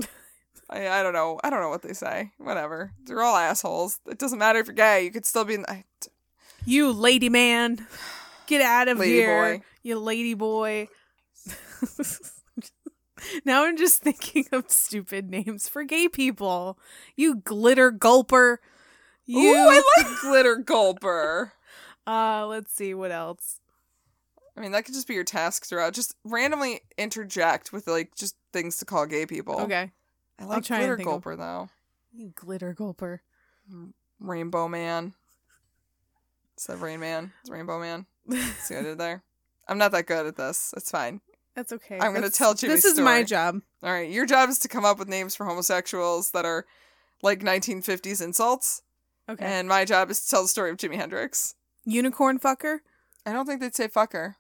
I, I don't know. I don't know what they say. Whatever. They're all assholes. It doesn't matter if you're gay. You could still be in the. I- You lady man. Get out of Lady here. boy. You lady boy. now I'm just thinking of stupid names for gay people. You glitter gulper. You Ooh, I like glitter gulper. uh let's see what else. I mean, that could just be your task throughout. Just randomly interject with like just things to call gay people. Okay. I like try and glitter think of- gulper though. You glitter gulper. Rainbow Man. Is that Rain Man? It's Rainbow Man. See what I did there? I'm not that good at this. It's fine. That's okay. I'm gonna That's- tell Jimmy's This is story. my job. All right. Your job is to come up with names for homosexuals that are like 1950s insults. Okay. And my job is to tell the story of Jimi Hendrix. Unicorn fucker? I don't think they'd say fucker.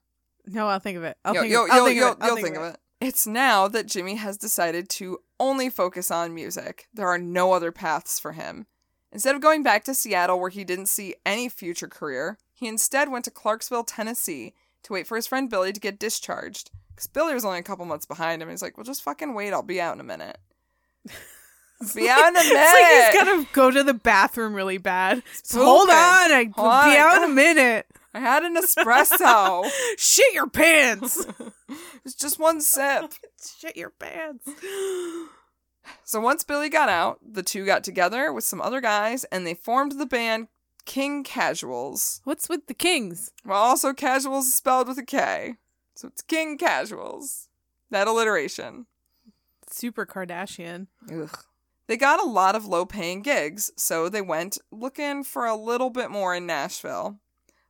No, I'll think of it. I'll Yo- think yo- of it. I'll yo- think yo- of it. I'll you'll think of it. It's now that Jimmy has decided to only focus on music. There are no other paths for him. Instead of going back to Seattle where he didn't see any future career, he instead went to Clarksville, Tennessee to wait for his friend Billy to get discharged. Because Billy was only a couple months behind him. He's like, well, just fucking wait. I'll be out in a minute. be out in a minute. It's like he's gotta go to the bathroom really bad. pooping. Hold on, I will Hold on, be out in God. a minute. I had an espresso. Shit your pants. it was just one sip. Shit your pants. So once Billy got out, the two got together with some other guys and they formed the band King Casuals. What's with the kings? Well, also Casuals is spelled with a K. So it's King Casuals. That alliteration. Super Kardashian. Ugh. They got a lot of low paying gigs, so they went looking for a little bit more in Nashville.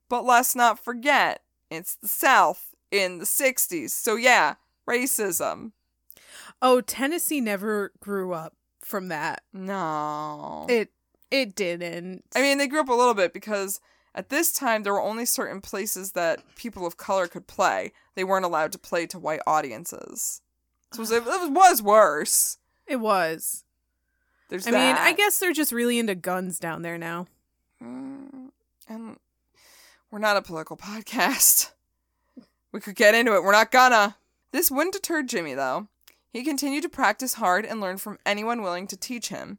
But let's not forget, it's the South in the 60s. So yeah, racism. Oh, Tennessee never grew up from that. No. It it didn't. I mean, they grew up a little bit because at this time there were only certain places that people of color could play. They weren't allowed to play to white audiences. So it was, it was worse. it was. There's I mean, I guess they're just really into guns down there now. mean, I guess. Mm, And we're not a political podcast. We could get into it. We're not gonna. This wouldn't deter Jimmy, though. He continued to practice hard and learn from anyone willing to teach him.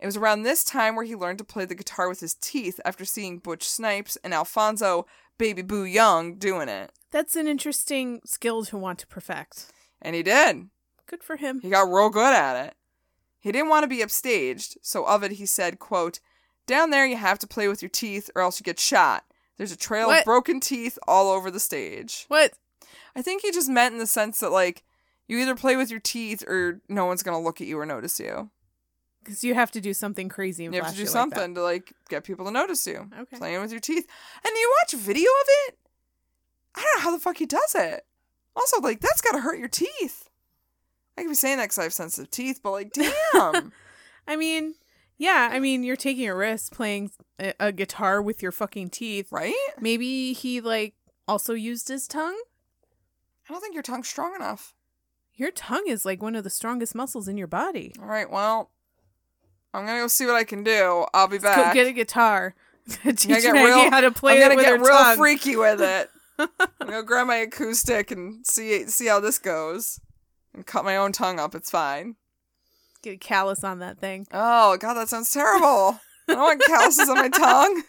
It was around this time where he learned to play the guitar with his teeth after seeing Butch Snipes and Alfonso Baby Boo Young doing it. That's an interesting skill to want to perfect. And he did. Good for him. He got real good at it. He didn't want to be upstaged, so of it he said, quote, Down there you have to play with your teeth or else you get shot. There's a trail of What? broken teeth all over the stage. What? I think he just meant in the sense that like you either play with your teeth or no one's gonna look at you or notice you. Because you have to do something crazy. You And have to flashy do like something that. to like get people to notice you. Okay. Playing with your teeth. And you watch video of it? I don't know how the fuck he does it. Also, like, that's gotta hurt your teeth. I could be saying that because I have sensitive teeth, but like, damn. I mean, yeah. I mean, you're taking a risk playing a, a guitar with your fucking teeth. right? Maybe he like also used his tongue. I don't think your tongue's strong enough. Your tongue is like one of the strongest muscles in your body. All right, well, I'm gonna go see what I can do. I'll be Let's go back. get a guitar. Teach get Maggie real- how to play I'm gonna it with get her real tongue. freaky with it. I'm gonna grab my acoustic and see see how this goes, and cut my own tongue up. It's fine. Get a callus on that thing. Oh God, that sounds terrible. I don't want calluses on my tongue.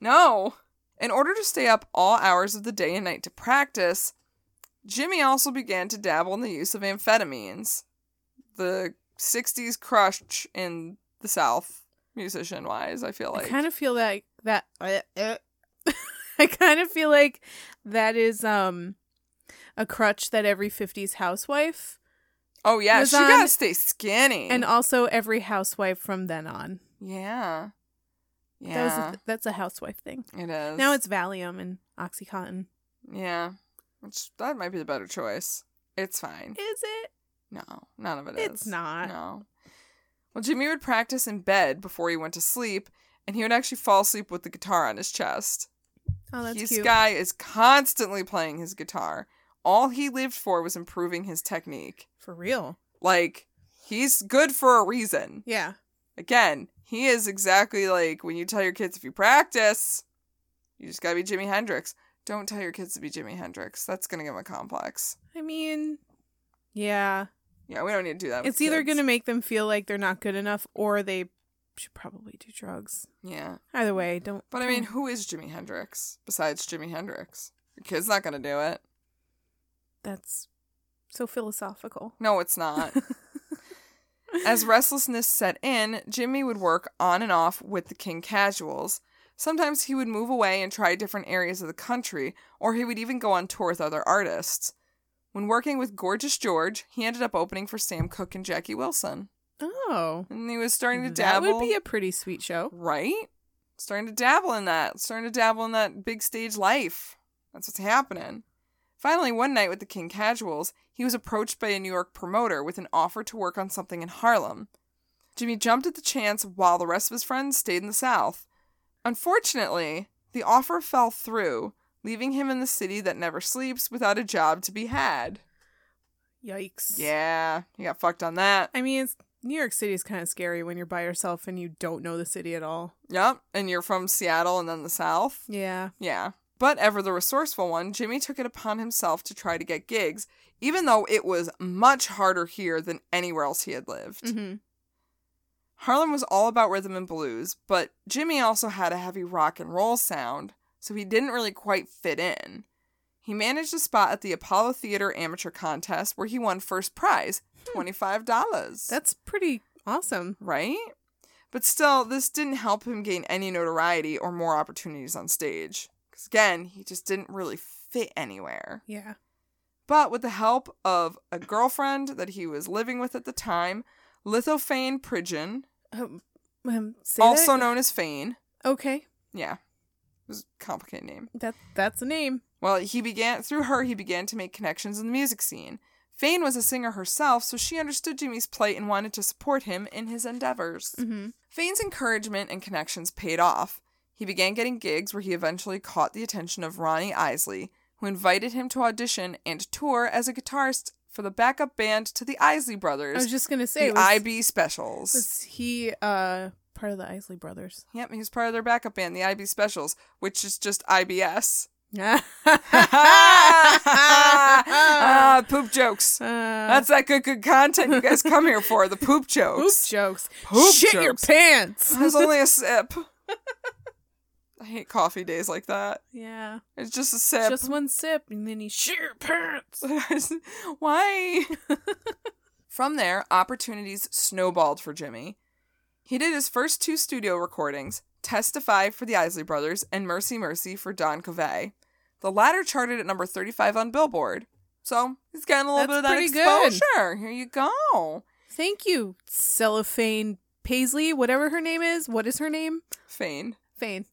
No. In order to stay up all hours of the day and night to practice, Jimmy also began to dabble in the use of amphetamines, the 60s crush in the South, musician wise, I feel like. I kind of feel like that. Uh, uh, I kind of feel like that is um a crutch that every '50s housewife oh, yeah, was she on- gotta stay skinny. and also every housewife from then on. yeah. Yeah. That was a th- that's a housewife thing. it is. Now it's Valium and OxyContin. Yeah. Which, that might be the better choice. It's fine. Is it? No, none of it is. It's not. No. Well, Jimmy would practice in bed before he went to sleep, and he would actually fall asleep with the guitar on his chest. Oh, that's this cute. guy is constantly playing his guitar. All he lived for was improving his technique. For real. Like He's good for a reason. Yeah. Again, he is exactly like when you tell your kids if you practice, you just gotta be Jimi Hendrix. Don't tell your kids to be Jimi Hendrix. That's gonna give them a complex. I mean, yeah. Yeah, we don't need to do that. with It's either kids. going to make them feel like they're not good enough or they should probably do drugs. Yeah. Either way, don't. But I mean, don't- who is Jimi Hendrix besides Jimi Hendrix? Your kid's not gonna do it. that's so philosophical. No, it's not. As restlessness set in, Jimmy would work on and off with the King Casuals. Sometimes he would move away and try different areas of the country, or he would even go on tour with other artists. When working with Gorgeous George, he ended up opening for Sam Cooke and Jackie Wilson. Oh. And he was starting to That dabble. would be a pretty sweet show. right? Starting to dabble in that. Starting to dabble in that big stage life. That's what's happening. Finally, one night with the King Casuals, he was approached by a New York promoter with an offer to work on something in Harlem. Jimmy jumped at the chance while the rest of his friends stayed in the South. Unfortunately, the offer fell through, leaving him in the city that never sleeps without a job to be had. Yikes. Yeah, he got fucked on that. I mean, it's, New York City is kind of scary when you're by yourself and you don't know the city at all. Yep, and you're from Seattle and then the South. Yeah. Yeah. But ever the resourceful one, Jimmy took it upon himself to try to get gigs, even though it was much harder here than anywhere else he had lived. Mm-hmm. Harlem was all about rhythm and blues, but Jimmy also had a heavy rock and roll sound, so he didn't really quite fit in. He managed a spot at the Apollo Theater amateur contest where he won first prize, $25. Hmm. That's pretty awesome. right? But still, this didn't help him gain any notoriety or more opportunities on stage. Because again, he just didn't really fit anywhere. Yeah. But with the help of a girlfriend that he was living with at the time, Lithophane Pridgeon, Um, um, say also that- known as Fane, Okay. yeah, it was a complicated name. That that's a name. Well, he began through her. He began to make connections in the music scene. Fane was a singer herself, so she understood Jimmy's plight and wanted to support him in his endeavors. Mm-hmm. Fane's encouragement and connections paid off. He began getting gigs where he eventually caught the attention of Ronnie Isley, who invited him to audition and tour as a guitarist for the backup band to the Isley I Brothers, was just gonna the say Oh, was, IB Specials. was he uh part of the Isley Brothers? Yep, he was part of their backup band, the IB Specials, which is just IBS. uh, ah, poop jokes. That's that good, good content you guys come here for. The poop poop jokes. jokes. Poop Shit your jokes. pants. There's only a sip. I hate coffee days like that. Yeah. It's just a sip. Just one sip and then he shit your pants. Why? From there, opportunities snowballed for Jimmy. He did his first two studio recordings, Testify for the Isley Brothers and Mercy Mercy for Don Covey. The latter charted at number 35 on Billboard. So he's getting a little That's bit pretty of good. that exposure. Here you go. Thank you, Cellophane Paisley, whatever her name is. What is her name? Fane. Fane.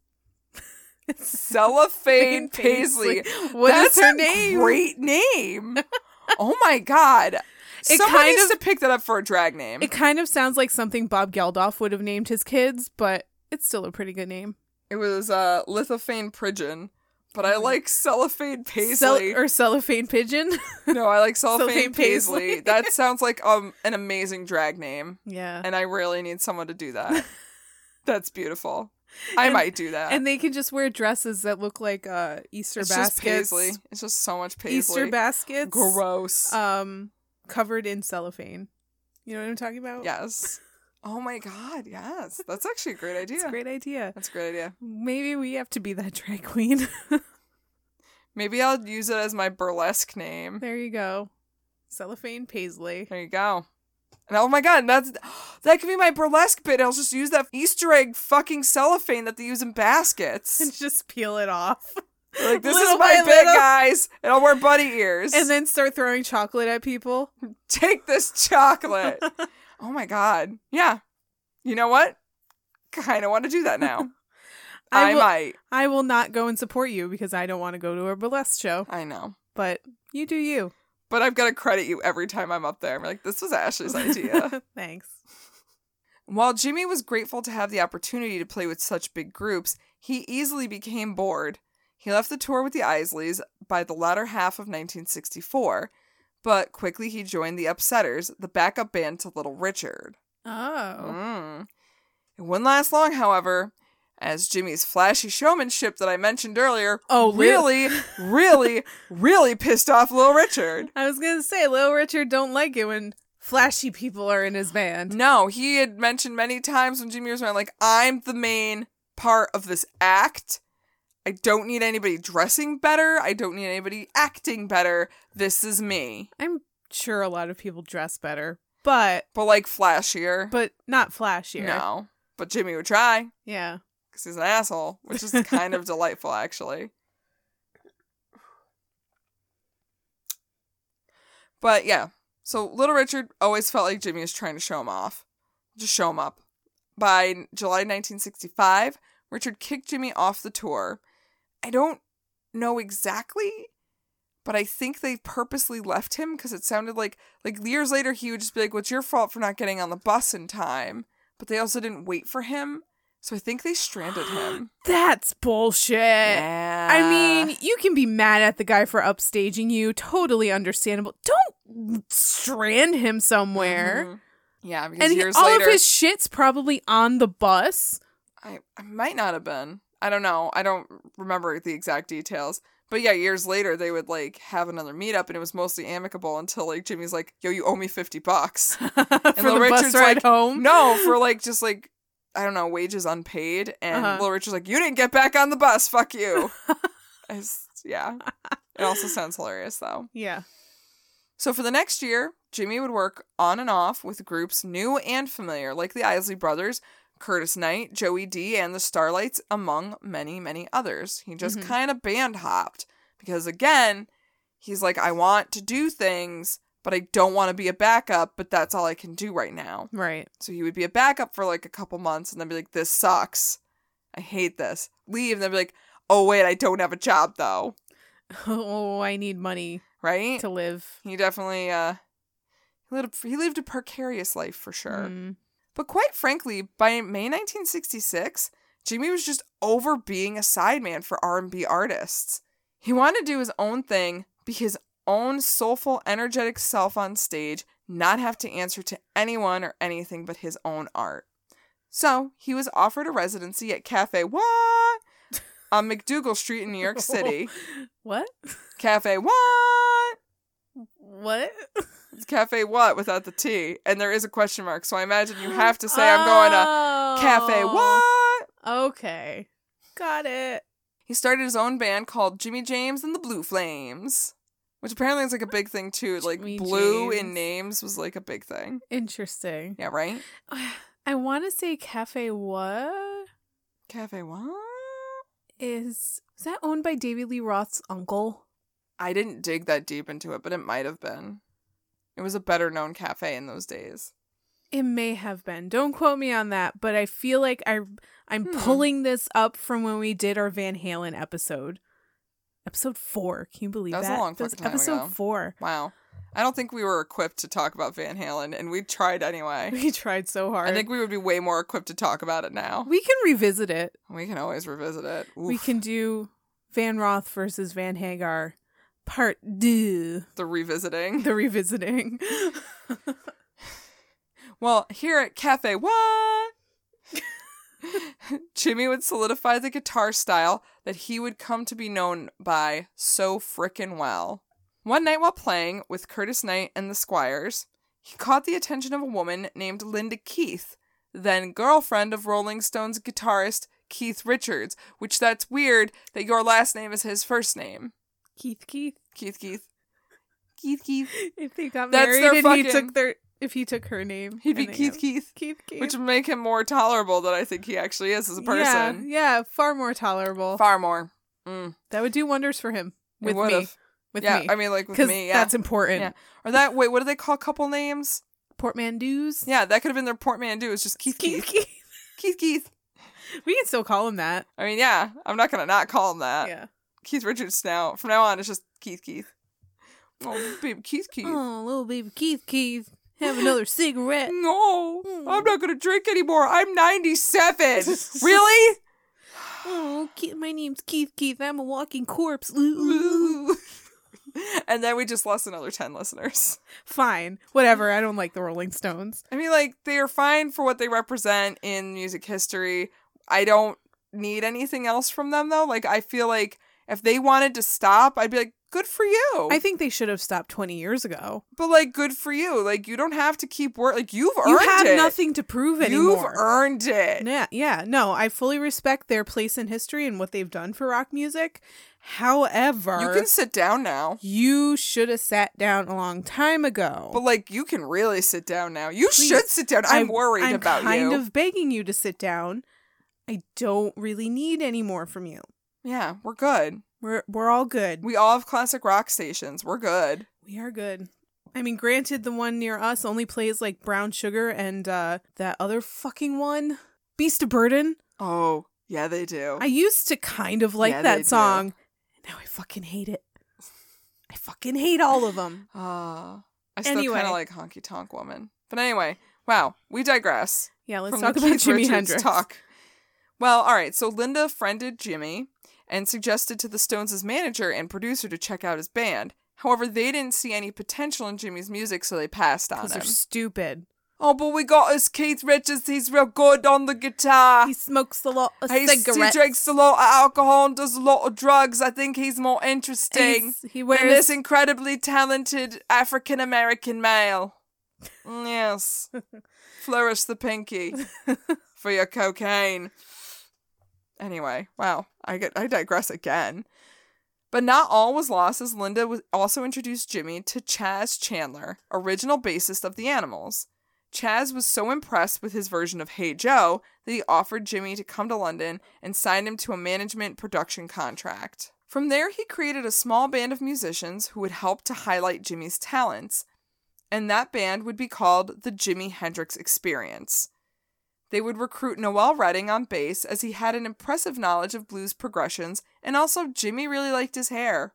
Cellophane Paisley. What is That's her a name? great name. oh my God. It Someone kind needs to of- pick that up for a drag name. It kind of sounds like something Bob Geldof would have named his kids, but it's still a pretty good name. It was uh lithophane pigeon, but I like cellophane paisley. Cell- or cellophane pigeon. no, I like cellophane Cellophane paisley. Paisley. That sounds like um an amazing drag name, yeah. and I really need someone to do that. That's beautiful. I And- might do that. And they can just wear dresses that look like uh Easter it's just baskets. paisley. It's just so much paisley. Easter baskets. Gross. Um covered in cellophane. You know what I'm talking about? yes. Oh my god. Yes. That's actually a great It's idea. a great idea. That's a great idea. Maybe we have to be that drag queen. Maybe I'll use it as my burlesque name. there you go. Cellophane Paisley. There you go. And oh my god, that's that could be my burlesque bit. I'll just use that Easter egg fucking cellophane that they use in And baskets. just peel it off. Like this Little is my by bit, little. guys, and I'll wear bunny ears. And then start throwing chocolate at people. take this chocolate. oh my god, yeah. You know what? Kind of want to do that now. I, I will, might. I will not go and support you because I don't want to go to a burlesque show. I know, But you do you. but I've got to credit you every time I'm up there. I'm like, this was Ashley's idea. Thanks. While Jimmy was grateful to have the opportunity to play with such big groups, he easily became bored. He left the tour with the Isleys by the latter half of 1964, but quickly he joined the Upsetters, the backup band to Little Richard. Oh. Mm. It wouldn't last long, however, as Jimmy's flashy showmanship that I mentioned earlier Oh, li- really, really, really pissed off Little Richard. I was gonna say Little Richard don't like it when flashy people are in his band. No, he had mentioned many times when Jimmy was around, like, I'm the main part of this act. I don't need anybody dressing better. I don't need anybody acting better. This is me. I'm sure a lot of people dress better, but But like flashier. but not flashier. no. But Jimmy would try Yeah. because he's an asshole, which is kind of delightful, actually. But yeah, so Little Richard always felt like Jimmy was trying to show him off, just show him up. By July 1965, Richard kicked Jimmy off the tour. I don't know exactly, but I think they purposely left him because it sounded like like years later he would just be like, "What's your fault for not getting on the bus in time?" But they also didn't wait for him, so I think they stranded him. That's bullshit. Eh, I mean, you can be mad at the guy for upstaging you. Totally understandable. Don't strand him somewhere. Mhm. Yeah, because And he- years all later, of his shit's probably on the bus. I, I might not have been. I don't know. I don't remember the exact details. But yeah, years later they would like have another meetup, and it was mostly amicable until like Jimmy's like, "Yo, you owe me fifty bucks." for Little the Richard's bus ride like, home. no, for like just like I don't know, wages unpaid, and Uh-huh. Little Richard's like, "You didn't get back on the bus. Fuck you." I s- yeah, it also sounds hilarious though. Yeah. So for the next year, Jimmy would work on and off with groups new and familiar, like the Isley Brothers, Curtis Knight, Joey D, and the Starlights, among many, many others. He just Mhm. kind of band hopped because, again, he's like, I want to do things, but I don't want to be a backup, but that's all I can do right now. Right. So he would be a backup for like a couple months and then be like, this sucks. I hate this. Leave and then be like, oh, wait, I don't have a job though. Oh, I need money Right? to live. He definitely uh he lived he lived a precarious life for sure. Mm. But quite frankly, by May 1966, Jimmy was just over being a sideman for R&B artists. He wanted to do his own thing, be his own soulful, energetic self on stage, not have to answer to anyone or anything but his own art. So he was offered a residency at Cafe What on McDougal Street in New York City. What? Cafe What? What? cafe what without the T, and there is a question mark. So I imagine you have to say I'm going to cafe Oh. what. Okay. Got it. He started his own band called Jimmy James and the Blue Flames, which apparently is like a big thing too. Like Jimmy blue in James. names was like a big thing. Interesting. Yeah, right. I want to say Cafe What Cafe what? is is that owned by Davy Lee Roth's uncle? I didn't dig that deep into it, but it might have been. It was a better known cafe in those days. It may have been. Don't quote me on that, but I feel like I I'm Hmm. pulling this up from when we did our Van Halen episode. Episode 4. Can you believe That that? was a long That was fucking time episode ago. 4. Wow. I don't think we were equipped to talk about Van Halen, and we tried anyway. We tried so hard. I think we would be way more equipped to talk about it now. we can revisit it. We can always revisit it. We Oof. can do Van Roth versus Van Hagar part 2. the revisiting. The revisiting. Well, here at Cafe What? Jimmy would solidify the guitar style that he would come to be known by so frickin' well. One night while playing with Curtis Knight and the Squires, he caught the attention of a woman named Linda Keith, then girlfriend of Rolling Stones guitarist Keith Richards, which that's weird that your last name is his first name. Keith Keith. Keith Keith. Keith Keith. If they got That's married their and he fucking- took their if he took her name. He'd be and they Keith got- Keith. Keith Keith. which would make him more tolerable than I think he actually is as a Yeah, person. yeah, far more tolerable. Far more. Mm, that would do wonders for him. it With me. would've. With yeah, me. I mean, like with me, yeah. that's important. Yeah. or that. Wait, what do they call couple names? Portmanteaus. Yeah, that could have been their portmanteau. It's just Keith, Keith, Keith, Keith. Keith, Keith. We can still call him that. I mean, yeah, I'm not gonna not call him that. yeah. Keith Richards now. From now on, it's just Keith, Keith. Oh, babe, Keith, Keith. Oh, little baby Keith, Keith. Have another cigarette. No, Mm. I'm not gonna drink anymore. I'm 97. really? Oh, Ke- my name's Keith, Keith. I'm a walking corpse. Ooh. and then we just lost another 10 listeners. Fine. Whatever. I don't like the Rolling Stones. I mean, like, they are fine for what they represent in music history. I don't need anything else from them, though. Like, I feel like if they wanted to stop, I'd be like, good for you. I think they should have stopped 20 years ago. but, like, good for you. Like, you don't have to keep work. Like, you've earned You have it. nothing to prove anymore. You've earned it. Yeah, yeah. No, I fully respect their place in history and what they've done for rock music. However, You can sit down now. you should have sat down a long time ago. But, like, you can really sit down now. You Please. should sit down. I'm I- worried I'm about kind you. of begging you to sit down. I don't really need any more from you. yeah, we're good. We're we're all good. We all have classic rock stations. We're good. We are good. I mean, granted, the one near us only plays like Brown Sugar and uh, that other fucking one, Beast of Burden. Oh, yeah, they do. I used to kind of like Yeah, they that do. song. Now I fucking hate it. I fucking hate all of them. Ah, I still Anyway. kind of like Honky Tonk Woman. But anyway, wow, we digress. Yeah, let's from talk the about Keith Jimi Richards Hendrix. Talk. Well, all right. So Linda friended Jimmy and suggested to the Stones' manager and producer to check out his band. However, they didn't see any potential in Jimmy's music, so they passed on Because him. they're stupid. Oh, but we got us Keith Richards. He's real good on the guitar. He smokes a lot of He's- he cigarettes. drinks a lot of alcohol and does a lot of drugs. I think he's more interesting. He's- He Than this wears. incredibly talented African American male. Mm, Yes. Flourish the pinky for your cocaine. Anyway, wow, I get I digress again. But not all was lost as Linda was also introduced Jimmy to Chaz Chandler, original bassist of the Animals. Chaz was so impressed with his version of Hey Joe that he offered Jimmy to come to London and sign him to a management production contract. From there, he created a small band of musicians who would help to highlight Jimmy's talents, and that band would be called the Jimi Hendrix Experience. They would recruit Noel Redding on bass as he had an impressive knowledge of blues progressions, and also Jimmy really liked his hair.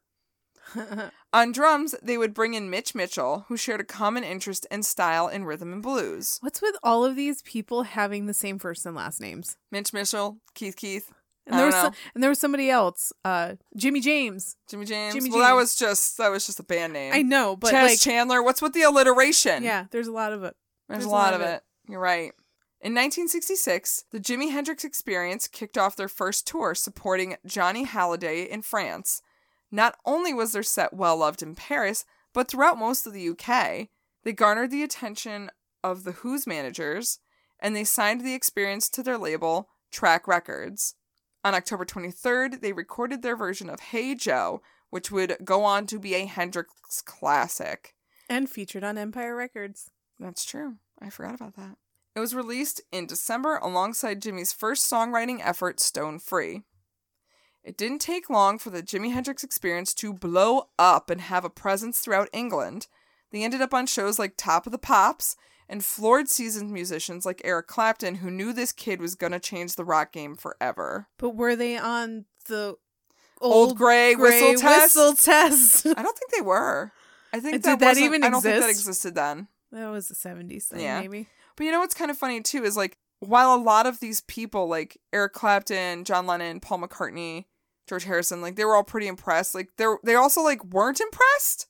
On drums, they would bring in Mitch Mitchell, who shared a common interest and style in rhythm and blues. What's with all of these people having the same first and last names? Mitch Mitchell, Keith Keith, And I there don't was so- know. and there was somebody else, uh, Jimmy James. Jimmy James. Jimmy well, that James. was just that was just a band name. I know, but Chaz like, Chandler. What's with the alliteration? yeah, there's a lot of it. There's, a lot, of it. You're right. In 1966, the Jimi Hendrix Experience kicked off their first tour supporting Johnny Halliday in France. Not only was their set well loved in Paris, but throughout most of the UK. They garnered the attention of the Who's managers, and they signed the experience to their label, Track Records. On October 23rd, they recorded their version of Hey Joe, which would go on to be a Hendrix classic. And featured on Empire Records. That's true. I forgot about that. It was released in December alongside Jimmy's first songwriting effort, Stone Free. It didn't take long for the Jimi Hendrix experience to blow up and have a presence throughout England. They ended up on shows like Top of the Pops and floored seasoned musicians like Eric Clapton, who knew this kid was going to change the rock game forever. But were they on the Old, Grey, Grey Whistle Test? Whistle Test? I don't think they were. I think Did that, that wasn't- even I don't think that exist? existed then. that was the 70s thing, Yeah. maybe. But you know what's kind of funny too is like while a lot of these people like Eric Clapton, John Lennon, Paul McCartney, George Harrison, like they were all pretty impressed. Like they are they also like weren't impressed.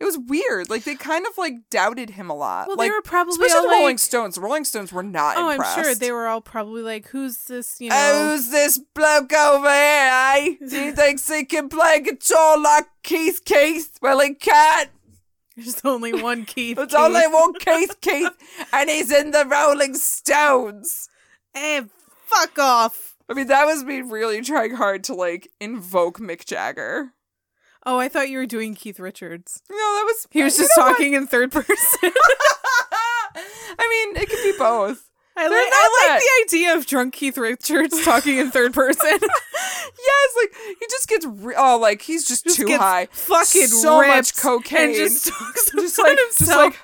It was weird. Like they kind of like doubted him a lot. Well, Uh, like they were probably especially all the like, Rolling Stones. The Rolling Stones were not Oh, impressed. I'm sure they were all probably like, "Who's this?" You Oh, know, Who's this bloke over here, eh? He thinks he can play guitar like Keith Keith. Well, he can't. there's only one Keith. There's Keith. only one Keith Keith, and he's in the Rolling Stones. Hey, Eh, fuck off! I mean, that was me really trying hard to like invoke Mick Jagger. Oh, I thought you were doing Keith Richards. No, that was He was you just know what? talking in third person. I mean, it could be both. I, like They're not I like that- the idea of drunk Keith Richards talking in third person. Yes, like he just gets re- oh, like he's just, Just too gets high, Fucking so ripped much cocaine, and just talks just about like just himself. like.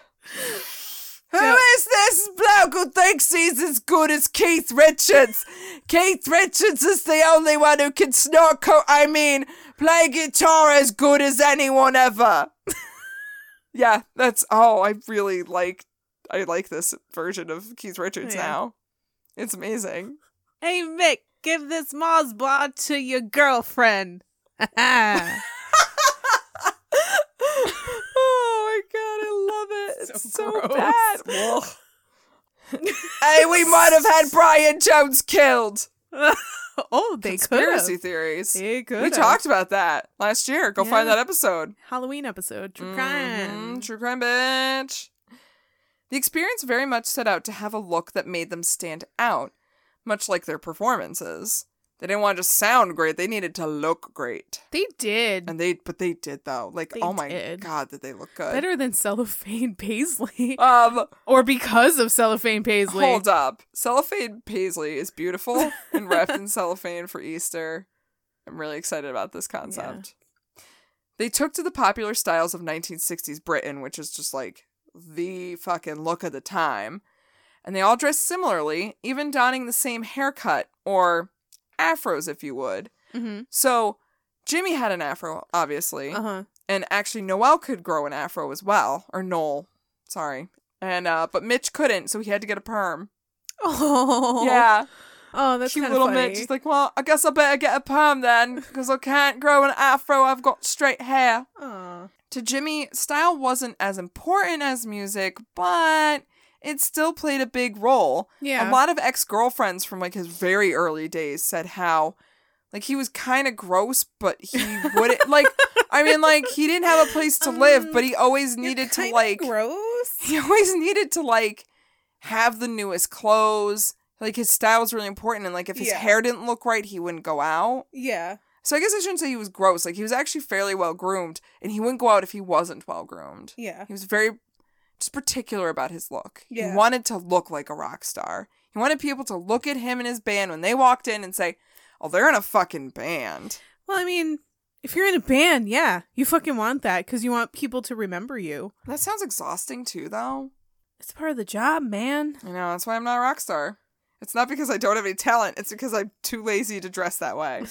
Who is Yeah. this bloke who thinks he's as good as Keith Richards? Keith Richards is the only one who can snort co- I mean, play guitar as good as anyone ever. yeah, that's oh, I really like I like this version of Keith Richards Yeah. now. It's amazing. "Hey Mick, give this Oh, Mars bar to your girlfriend." so, It's so gross. bad. hey, we might have had Brian Jones killed. oh, they Conspiracy could. theories. They could. We talked about that last year. Go find Yeah. that episode. Halloween episode. True Mhm, crime. True crime, bitch. The experience very much set out to have a look that made them stand out, much like their performances. They didn't want to just sound great; they needed to look great. They did And uh, they, but they did though. Like, Mm. They oh my did. god, did they look good? better than cellophane paisley, um, or because of cellophane paisley. hold up, cellophane paisley is beautiful and wrapped in cellophane for Easter. I'm really excited about this concept. They took to the popular styles of 1960s Britain, which is just like the fucking look of the time. And they all dressed similarly, even donning the same haircut or afros, if you would. Mm-hmm. So Jimmy had an afro, obviously. Uh huh. And actually, Noel could grow an afro as well, or Noel, sorry. And uh, but Mitch couldn't, so he had to get a perm. Oh Yeah, Oh, that's cute kind little funny. Mitch. He's like, well, I guess I better get a perm then, because I can't grow an afro. I've got straight hair. Aw. To Jimmy, style wasn't as important as music, but it still played a big role. A yeah. lot of ex girlfriends from like his very early days said how like he was kind of gross, but he wouldn't like. I mean, like he didn't have a place to live, Um, but he always You're needed to kinda like gross. he always needed to like have the newest clothes. Like his style was really important, and like if his Yeah. hair didn't look right, he wouldn't go out. Yeah. So I guess I shouldn't say he was gross. Like he was actually fairly well groomed, and he wouldn't go out if he wasn't well groomed. Yeah. He was very just particular about his look. Yeah. He wanted to look like a rock star. He wanted people to look at him and his band when they walked in and say, "Oh, they're in a fucking band." Well, I mean, if you're in a band, yeah, you fucking want that because you want people to remember you. That sounds exhausting too, though. It's part of the job, man. You know, that's why I'm not a rock star. It's not because I don't have any talent. It's because I'm too lazy to dress that way.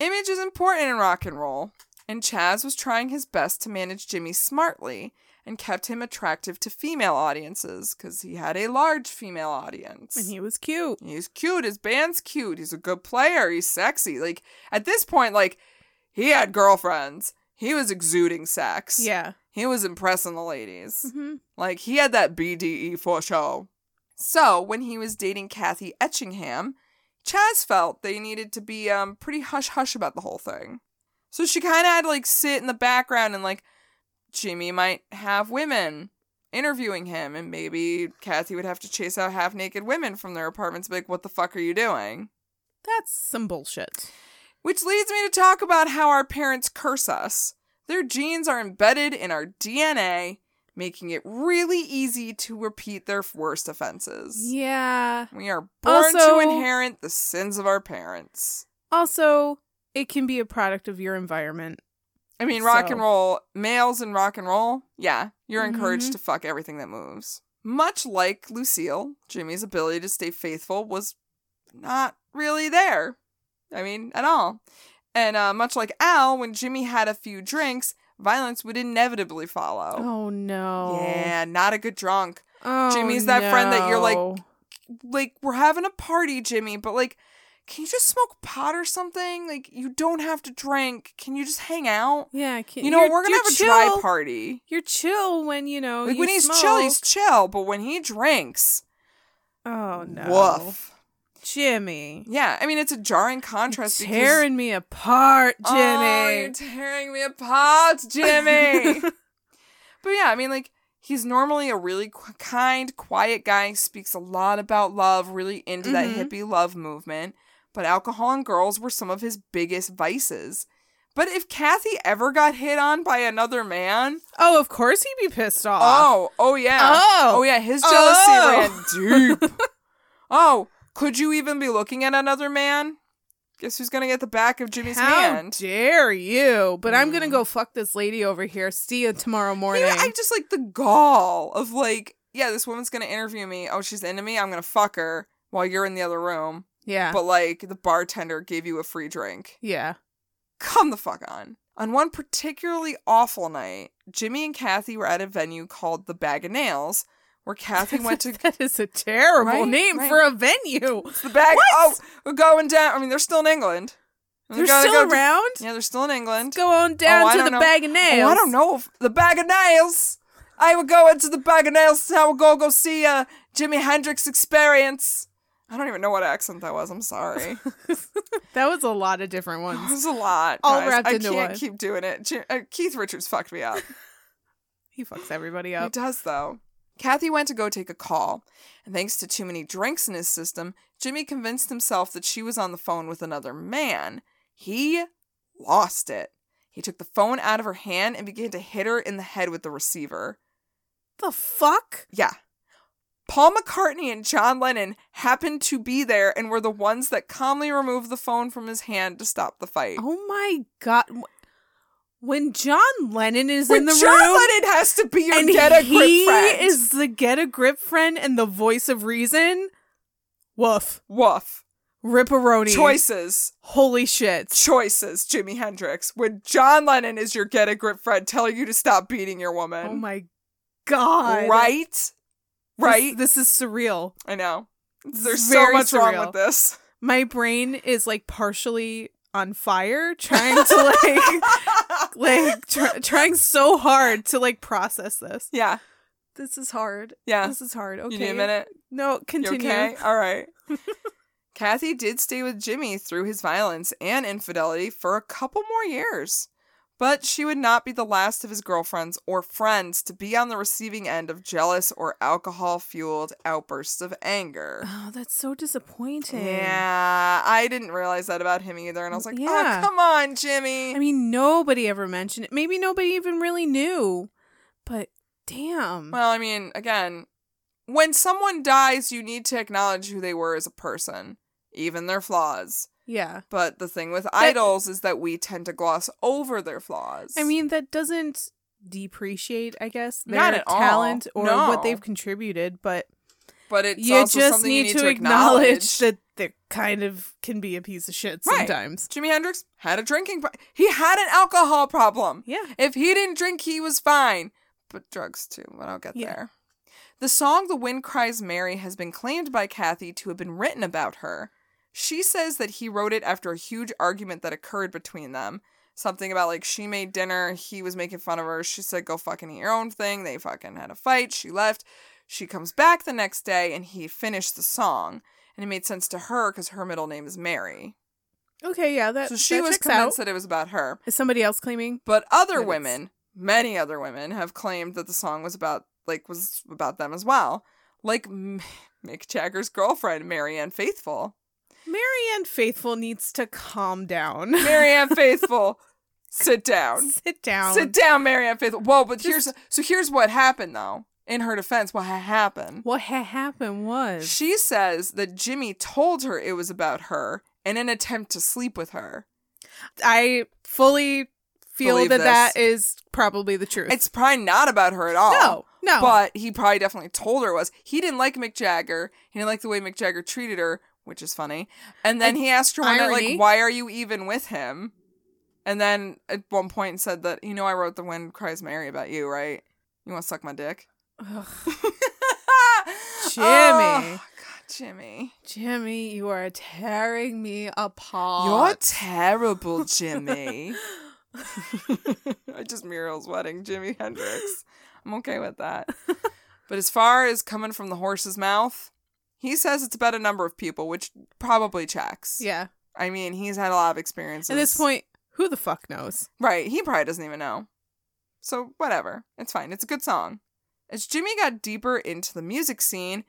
Image is important in rock and roll, and Chaz was trying his best to manage Jimmy smartly and kept him attractive to female audiences because he had a large female audience. and he was cute. He's cute. His band's cute. He's a good player. He's sexy. Like, at this point, like, he had girlfriends. He was exuding sex. Yeah. He was impressing the ladies. hmm Like he had that BDE for show. So when he was dating Kathy Etchingham, Chaz felt they needed to be um pretty hush hush about the whole thing. So she kind of had to like sit in the background and like Jimmy might have women interviewing him, and maybe Kathy would have to chase out half naked women from their apartments. and be like, what the fuck are you doing? That's some bullshit. Which leads me to talk about how our parents curse us. Their genes are embedded in our DNA, making it really easy to repeat their worst offenses. Yeah. We are born Also- to inherit the sins of our parents. Also, it can be a product of your environment. I mean, rock So- and roll, males in rock and roll, yeah, you're encouraged Mhm. to fuck everything that moves. Much like Lucille, Jimmy's ability to stay faithful was not really there. I mean, at all. And uh, much like Al, when Jimmy had a few drinks, violence would inevitably follow. Oh, no. Yeah, not a good drunk. Oh, Jimmy's that friend that you're like- no. Like, we're having a party, Jimmy, but like, can you just smoke pot or something? Like, you don't have to drink. Can you just hang out? Yeah. Can, You know, you're- we're gonna you're have a chill. dry party. You're chill when, you know, Like Oh, you when he's smoke. chill, he's chill, but when he drinks, Oh, no. woof. Jimmy. Yeah, I mean it's a jarring contrast. because- tearing me apart, Jimmy. Oh, you're tearing me apart, Jimmy. but yeah, I mean like he's normally a really qu- kind, quiet guy. Speaks a lot about love. Really into that Mhm. hippie love movement. But alcohol and girls were some of his biggest vices. But if Kathy ever got hit on by another man, oh, of course he'd be pissed off. oh, oh yeah, Oh Oh, yeah, his Oh. jealousy ran deep. oh, could you even be looking at another man? Guess who's gonna get the back of Jimmy's How hand? dare you? But I'm gonna Mm. go fuck this lady over here. See you tomorrow morning. Yeah, I just like the gall of like, yeah, this woman's gonna interview me. Oh, she's into me. I'm gonna fuck her while you're in the other room. yeah, But like, the bartender gave you a free drink. yeah. Come the fuck on. On one particularly awful night, Jimmy and Kathy were at a venue called the Bag of Nails, where Kathy went to that is a terrible Right, name right. for a venue. It's the bag. What? Oh, we're going down. I mean, they're still in England. We They're gotta still go to- around. yeah, they're still in England. Go on down I to don't the know. bag of nails. Oh, I don't know if the bag of nails. I would go into the bag of nails and I would go go see uh, Jimi Hendrix experience. I don't even know what accent that was. I'm sorry. That was a lot of different It ones. was a lot. All guys. wrapped I into can't one. keep doing it. Ji- uh, Keith Richards fucked me up. He fucks everybody He up. does, though. Kathy went to go take a call, and thanks to too many drinks in his system, Jimmy convinced himself that she was on the phone with another man. He lost it. He took the phone out of her hand and began to hit her in the head with the receiver. The fuck? Yeah. Paul McCartney and John Lennon happened to be there and were the ones that calmly removed the phone from his hand to stop the fight. Oh my god. When John Lennon is When in the John room Lennon has to be your and get a grip he friend. is the get a grip friend and the voice of reason, woof. Woof. Ripperoni. Choices. Holy shit. Choices, Jimi Hendrix. When John Lennon is your get a grip friend telling you to stop beating your woman. Oh my god. Right? This- Right? This, is surreal. I know. This There's is so very much wrong surreal. with this. My brain is like partially on fire trying to like like tr- trying so hard to like process this. yeah. This is hard. Yeah. This is hard. Okay. You need a minute? No, continue. You okay? All right. Kathy did stay with Jimmy through his violence and infidelity for a couple more years. But she would not be the last of his girlfriends or friends to be on the receiving end of jealous or alcohol fueled outbursts of anger. Oh, that's so disappointing. Yeah, I didn't realize that about him either. And I was like, Yeah. oh, come on, Jimmy. I mean, nobody ever mentioned it. Maybe nobody even really knew. But damn. well, I mean, again, when someone dies, you need to acknowledge who they were as a person, even their flaws. yeah. But the thing with idols is that we tend to gloss over their flaws. I mean, that doesn't depreciate, I guess, their Not at all. talent or No. what they've contributed, but but it's you also just something need, you need to, acknowledge that they kind of can be a piece of shit Right. sometimes. Jimi Hendrix had a drinking. Pro- he had an alcohol problem. Yeah. If he didn't drink, he was fine. But drugs too, but I'll get Yeah. there. The song The Wind Cries Mary has been claimed by Kathy to have been written about her. She says that he wrote it after a huge argument that occurred between them. Something about like she made dinner, he was making fun of her. She said, Go fucking eat your own thing. They fucking had a fight. She left. She comes back the next day and he finished the song. And it made sense to her because her middle name is Mary. Okay, yeah, that, So she that was checks out. convinced that it was about her. Is somebody else claiming? But other But it's- women, many other women, have claimed that the song was about like was about them as well, like M- Mick Jagger's girlfriend Marianne Faithful. Marianne Faithful needs to calm down. Marianne Faithful, sit down, Sit down. sit down, Marianne Faithful. Whoa, but Just- here's so here's what happened though. In her defense, what ha- happened? What ha- happened was She says that Jimmy told her it was about her in an attempt to sleep with her. I fully feel Believe that this. that is probably the truth. It's probably not about her at all. no, no. But he probably definitely told her it was he didn't like Mick Jagger. He didn't like the way Mick Jagger treated her, which is funny. And then Like, he asked her one night, irony. like, "Why are you even with him?" And then at one point said that you know I wrote the Wind Cries Mary about you, right? You want to suck my dick, Ugh, Jimmy? Oh, God, Jimmy, Jimmy, you are tearing me apart. you're terrible, Jimmy. I just Muriel's wedding, Jimi Hendrix. I'm okay with that. But as far as coming from the horse's mouth, he says it's about a number of people, which probably checks. yeah. I mean, he's had a lot of experiences. At this point, who the fuck knows? Right. He probably doesn't even know. So, whatever. It's fine. It's a good song. As Jimmy got deeper into the music scene,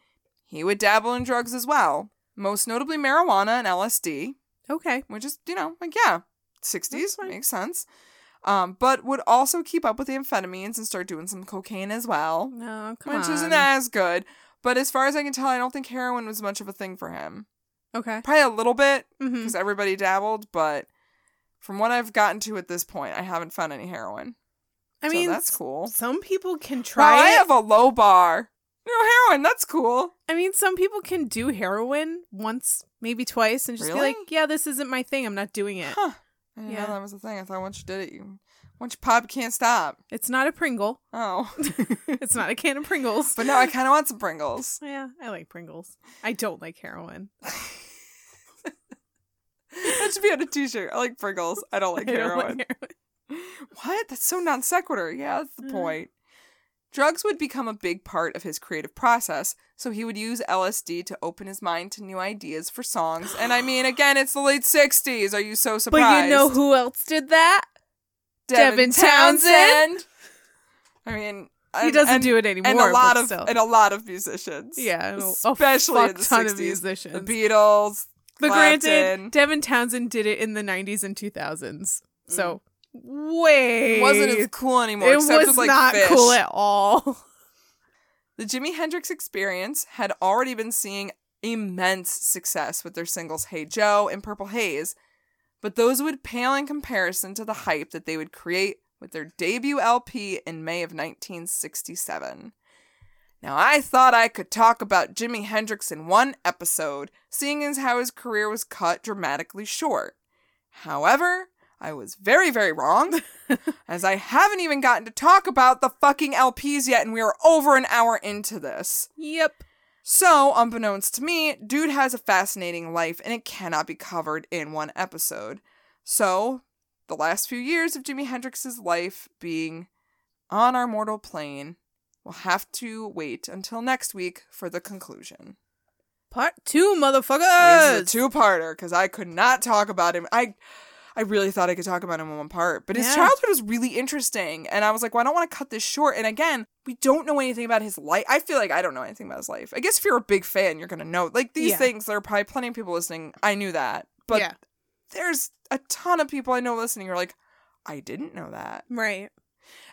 he would dabble in drugs as well, most notably marijuana and LSD Okay. which is you know like yeah 60s That's fine. makes sense um but would also keep up with the amphetamines and start doing some cocaine as well No, come which on. isn't as good but as far as i can tell i don't think heroin was much of a thing for him Okay. probably a little bit hmm because everybody dabbled but from what i've gotten to at this point i haven't found any heroin I mean, so that's cool some people can try try i it. have a low bar no heroin that's cool I mean, some people can do heroin once, maybe twice, and just be Really? like, yeah, this isn't my thing. I'm not doing it. huh i didn't Eh. Yeah. know that was the thing i thought once you did it you once you pop you can't stop It's not a Pringle. oh it's not a can of Pringles. but now i kind of want some pringles Yeah, I like Pringles. I don't like heroin. that should be on a t-shirt. I like Pringles. I don't like I don't heroin. like heroin. what? That's so non sequitur. Yeah, that's the Mhm. point. Drugs would become a big part of his creative process, so he would use LSD to open his mind to new ideas for songs. And I mean, again, it's the late 60s. Are you so surprised? But you know who else did that? Devin Townsend? I mean, he and- doesn't and- do it anymore. and a lot but of still. and a lot of musicians. yeah, and a- especially a in fuck the ton of 60s. musicians. the Beatles. but Clapton. granted, Devin Townsend did it in the '90s and 2000s, so way Mm. It wasn't as cool anymore. it except was with, like, not fish. cool at all. The Jimi Hendrix Experience had already been seeing immense success with their singles Hey Joe and Purple Haze, but those would pale in comparison to the hype that they would create with their debut LP in May of 1967. Now, I thought I could talk about Jimi Hendrix in one episode, seeing as how his career was cut dramatically short. However, I was very, very wrong, as I haven't even gotten to talk about the fucking LPs yet, and we are over an hour into this. Yep. So, unbeknownst to me, Dude has a fascinating life, and it cannot be covered in one episode. So, the last few years of Jimi Hendrix's life being on our mortal plane will have to wait until next week for the conclusion. Part two, This is a motherfuckers. two-parter because I could not talk about him. I, I really thought I could talk about him in one part, but his Yeah. childhood was really interesting, and I was like, well, I don't want to cut this short. And again, we don't know anything about his life. I feel like I don't know anything about his life. I guess if you're a big fan, you're gonna know. Like these Yeah. things, there are probably plenty of people listening. I knew that, but yeah, there's a ton of people I know listening. who are like, I didn't know that. right.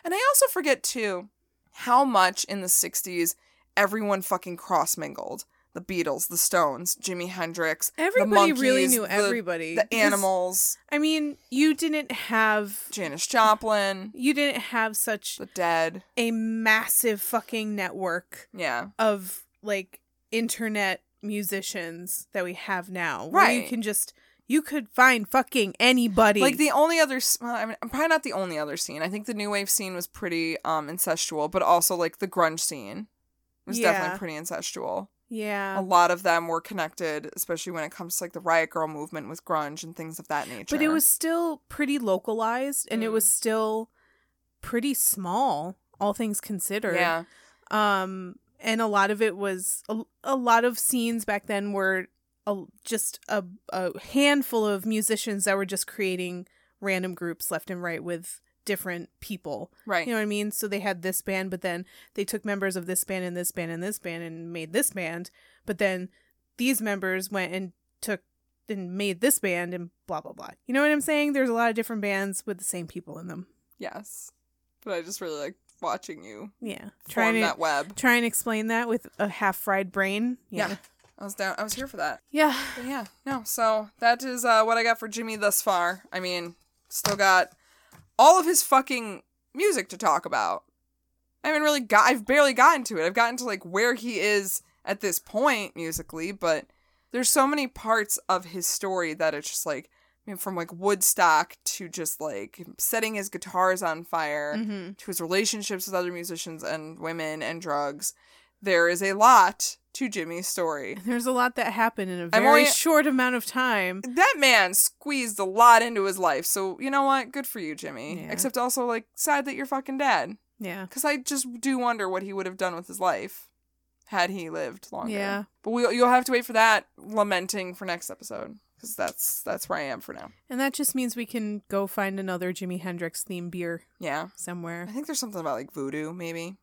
And I also forget too how much in the 60s everyone fucking cross mingled. The Beatles, the Stones, Jimi Hendrix, Everybody monkeys, really knew the- everybody. the Because, animals, I mean, you didn't have Janis Joplin, you didn't have such the dead. a massive fucking network Yeah. of like internet musicians that we have now. Where Right. you can just you could find fucking anybody. Like the only other, s- well, I mean, probably not the only other scene. I think the new wave scene was pretty um incestual, but also like the grunge scene was definitely Yeah. pretty incestual. a yeah. lot of them were connected, especially when it comes to like the Riot Girl movement with grunge and things of that nature. But it was still pretty localized and it Mm. was still pretty small, all things considered. yeah, um and a lot of it was a, a lot of scenes back then were a, just a, a handful of musicians that were just creating random groups left and right with different people right. you know what i mean so they had this band but then they took members of this band and this band and this band and made this band but then these members went and took and made this band and blah blah blah you know what i'm saying there's a lot of different bands with the same people in them Yes. But I just really like watching you yeah form trying to that web. try and explain that with a half fried brain. Yeah. I was down I was here for that. Yeah. But yeah, no. So that is uh, what I got for Jimmy thus far. I mean, still got all of his fucking music to talk about. I haven't really got I've barely gotten to it. I've gotten to like where he is at this point musically, but there's so many parts of his story that it's just like I mean, from like Woodstock to just like setting his guitars on fire Mm-hmm. to his relationships with other musicians and women and drugs. There is a lot to Jimmy's story. There's a lot that happened in a I'm very only- short amount of time. That man squeezed a lot into his life. So, you know what? Good for you, Jimmy. Yeah. Except also, like, sad that you're fucking dead. Yeah. Because I just do wonder what he would have done with his life had he lived longer. Yeah. But we, you'll have to wait for that lamenting for next episode. Because that's, that's where I am for now. And that just means we can go find another Jimi Hendrix themed beer Yeah. somewhere. I think there's something about, like, voodoo, maybe.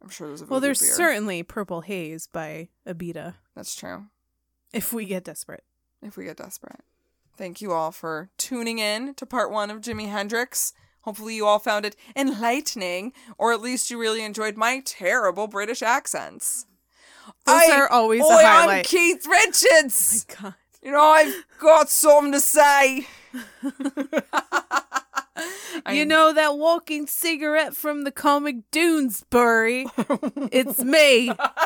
I'm sure there's a voodoo Well, there's beer. certainly Purple Haze by Abita That's true. if we get desperate. if we get desperate. Thank you all for tuning in to part one of Jimi Hendrix. Hopefully, you all found it enlightening, or at least you really enjoyed my terrible British accents. Those Oi, are always Oi, the I'm highlight. Keith Richards. God. You know, I've got something to say. I- you know that walking cigarette from the comic Doonesbury? it's me. what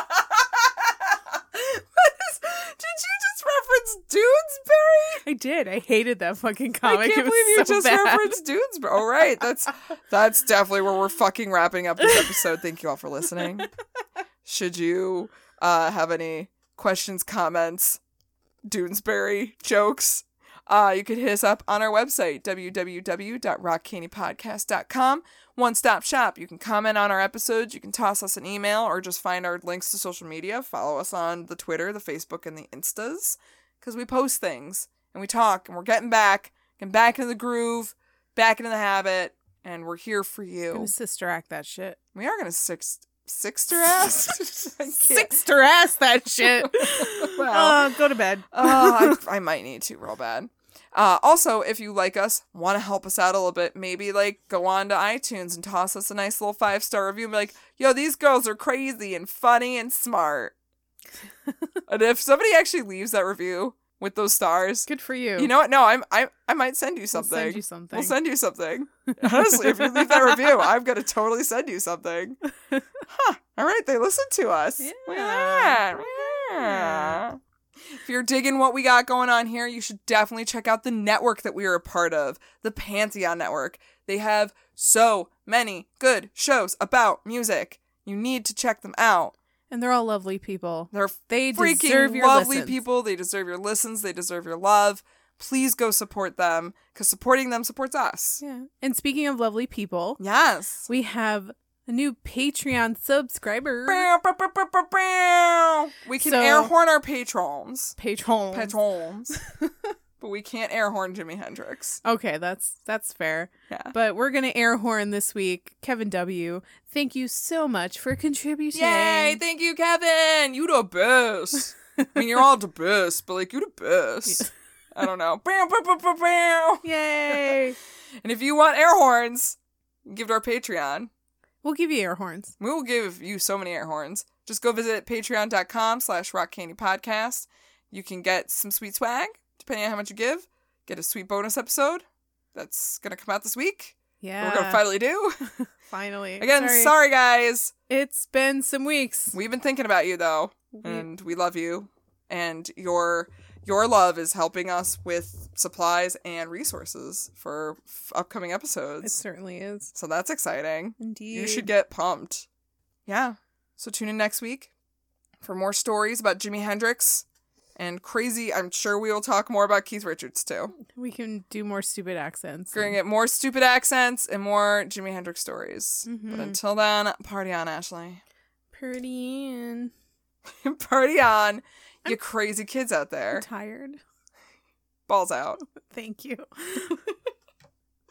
is, did you just reference Doonesbury? I did. I hated that fucking comic. I can't It was believe you so just bad. referenced dudes. Bro. All right, that's that's definitely where we're fucking wrapping up this episode. Thank you all for listening. Should you uh, have any questions, comments, Doonesbury jokes? Uh, you could hit us up on our website, www.rockcandypodcast.com. One stop shop. You can comment on our episodes, you can toss us an email, or just find our links to social media. Follow us on the Twitter, the Facebook, and the Instas because we post things and we talk and we're getting back, getting back into the groove, back into the habit, and we're here for you. Gonna sister act that shit. We are gonna six sixter ass. I can't- Sixter ass that shit. Well. Uh, go to bed. Uh, I, I might need to real bad. Uh, also, if you like us, want to help us out a little bit, maybe like go on to iTunes and toss us a nice little five star review and be like, yo, these girls are crazy and funny and smart. and if somebody actually leaves that review with those stars, Good for you. you know what? No, I'm, I, I might send you We'll something. send you something. We'll send you something. Honestly, if you leave that review, I'm gonna totally send you something. Huh. All right, they listen to us. Look Yeah. at that. Yeah. If you're digging what we got going on here, you should definitely check out the network that we are a part of, the Pantheon Network. They have so many good shows about music. You need to check them out. and they're all lovely people. They're They deserve freaking your lovely listens. people. They deserve your listens. They deserve your love. Please go support them because supporting them supports us. Yeah. And speaking of lovely people, Yes. we have a new Patreon subscriber. Bow, bow, bow, bow, bow, bow. We can So- air horn our patrons. Patron. Patrons. but we can't air horn Jimi Hendrix. Okay, that's that's fair. Yeah. But we're gonna air horn this week. Kevin W. Thank you so much for contributing. Yay! Thank you, Kevin. You the best. I mean, you're all the best, but like you the best. I don't know. Bow, bow, bow, bow, bow. Yay! And if you want air horns, give to our Patreon. we'll give you air horns. We will give you so many air horns. Just go visit patreon.com slash rockcandypodcast. You can get some sweet swag, depending on how much you give. Get a sweet bonus episode that's going to come out this week. Yeah. We're going to finally do. finally. Again, sorry. guys. It's been some weeks. We've been thinking about you, though, We- and we love you. And your your love is helping us with supplies and resources for f- upcoming episodes. it certainly is. so that's exciting. Indeed. You should get pumped. Yeah. So tune in next week for more stories about Jimi Hendrix and crazy. I'm sure we will talk more about Keith Richards too. We can do more stupid accents. We're gonna get more stupid accents and more Jimi Hendrix stories. Mhm. But until then, party on, Ashley. Pretty and party on, you I'm- crazy kids out there. tired. Balls out. Thank you.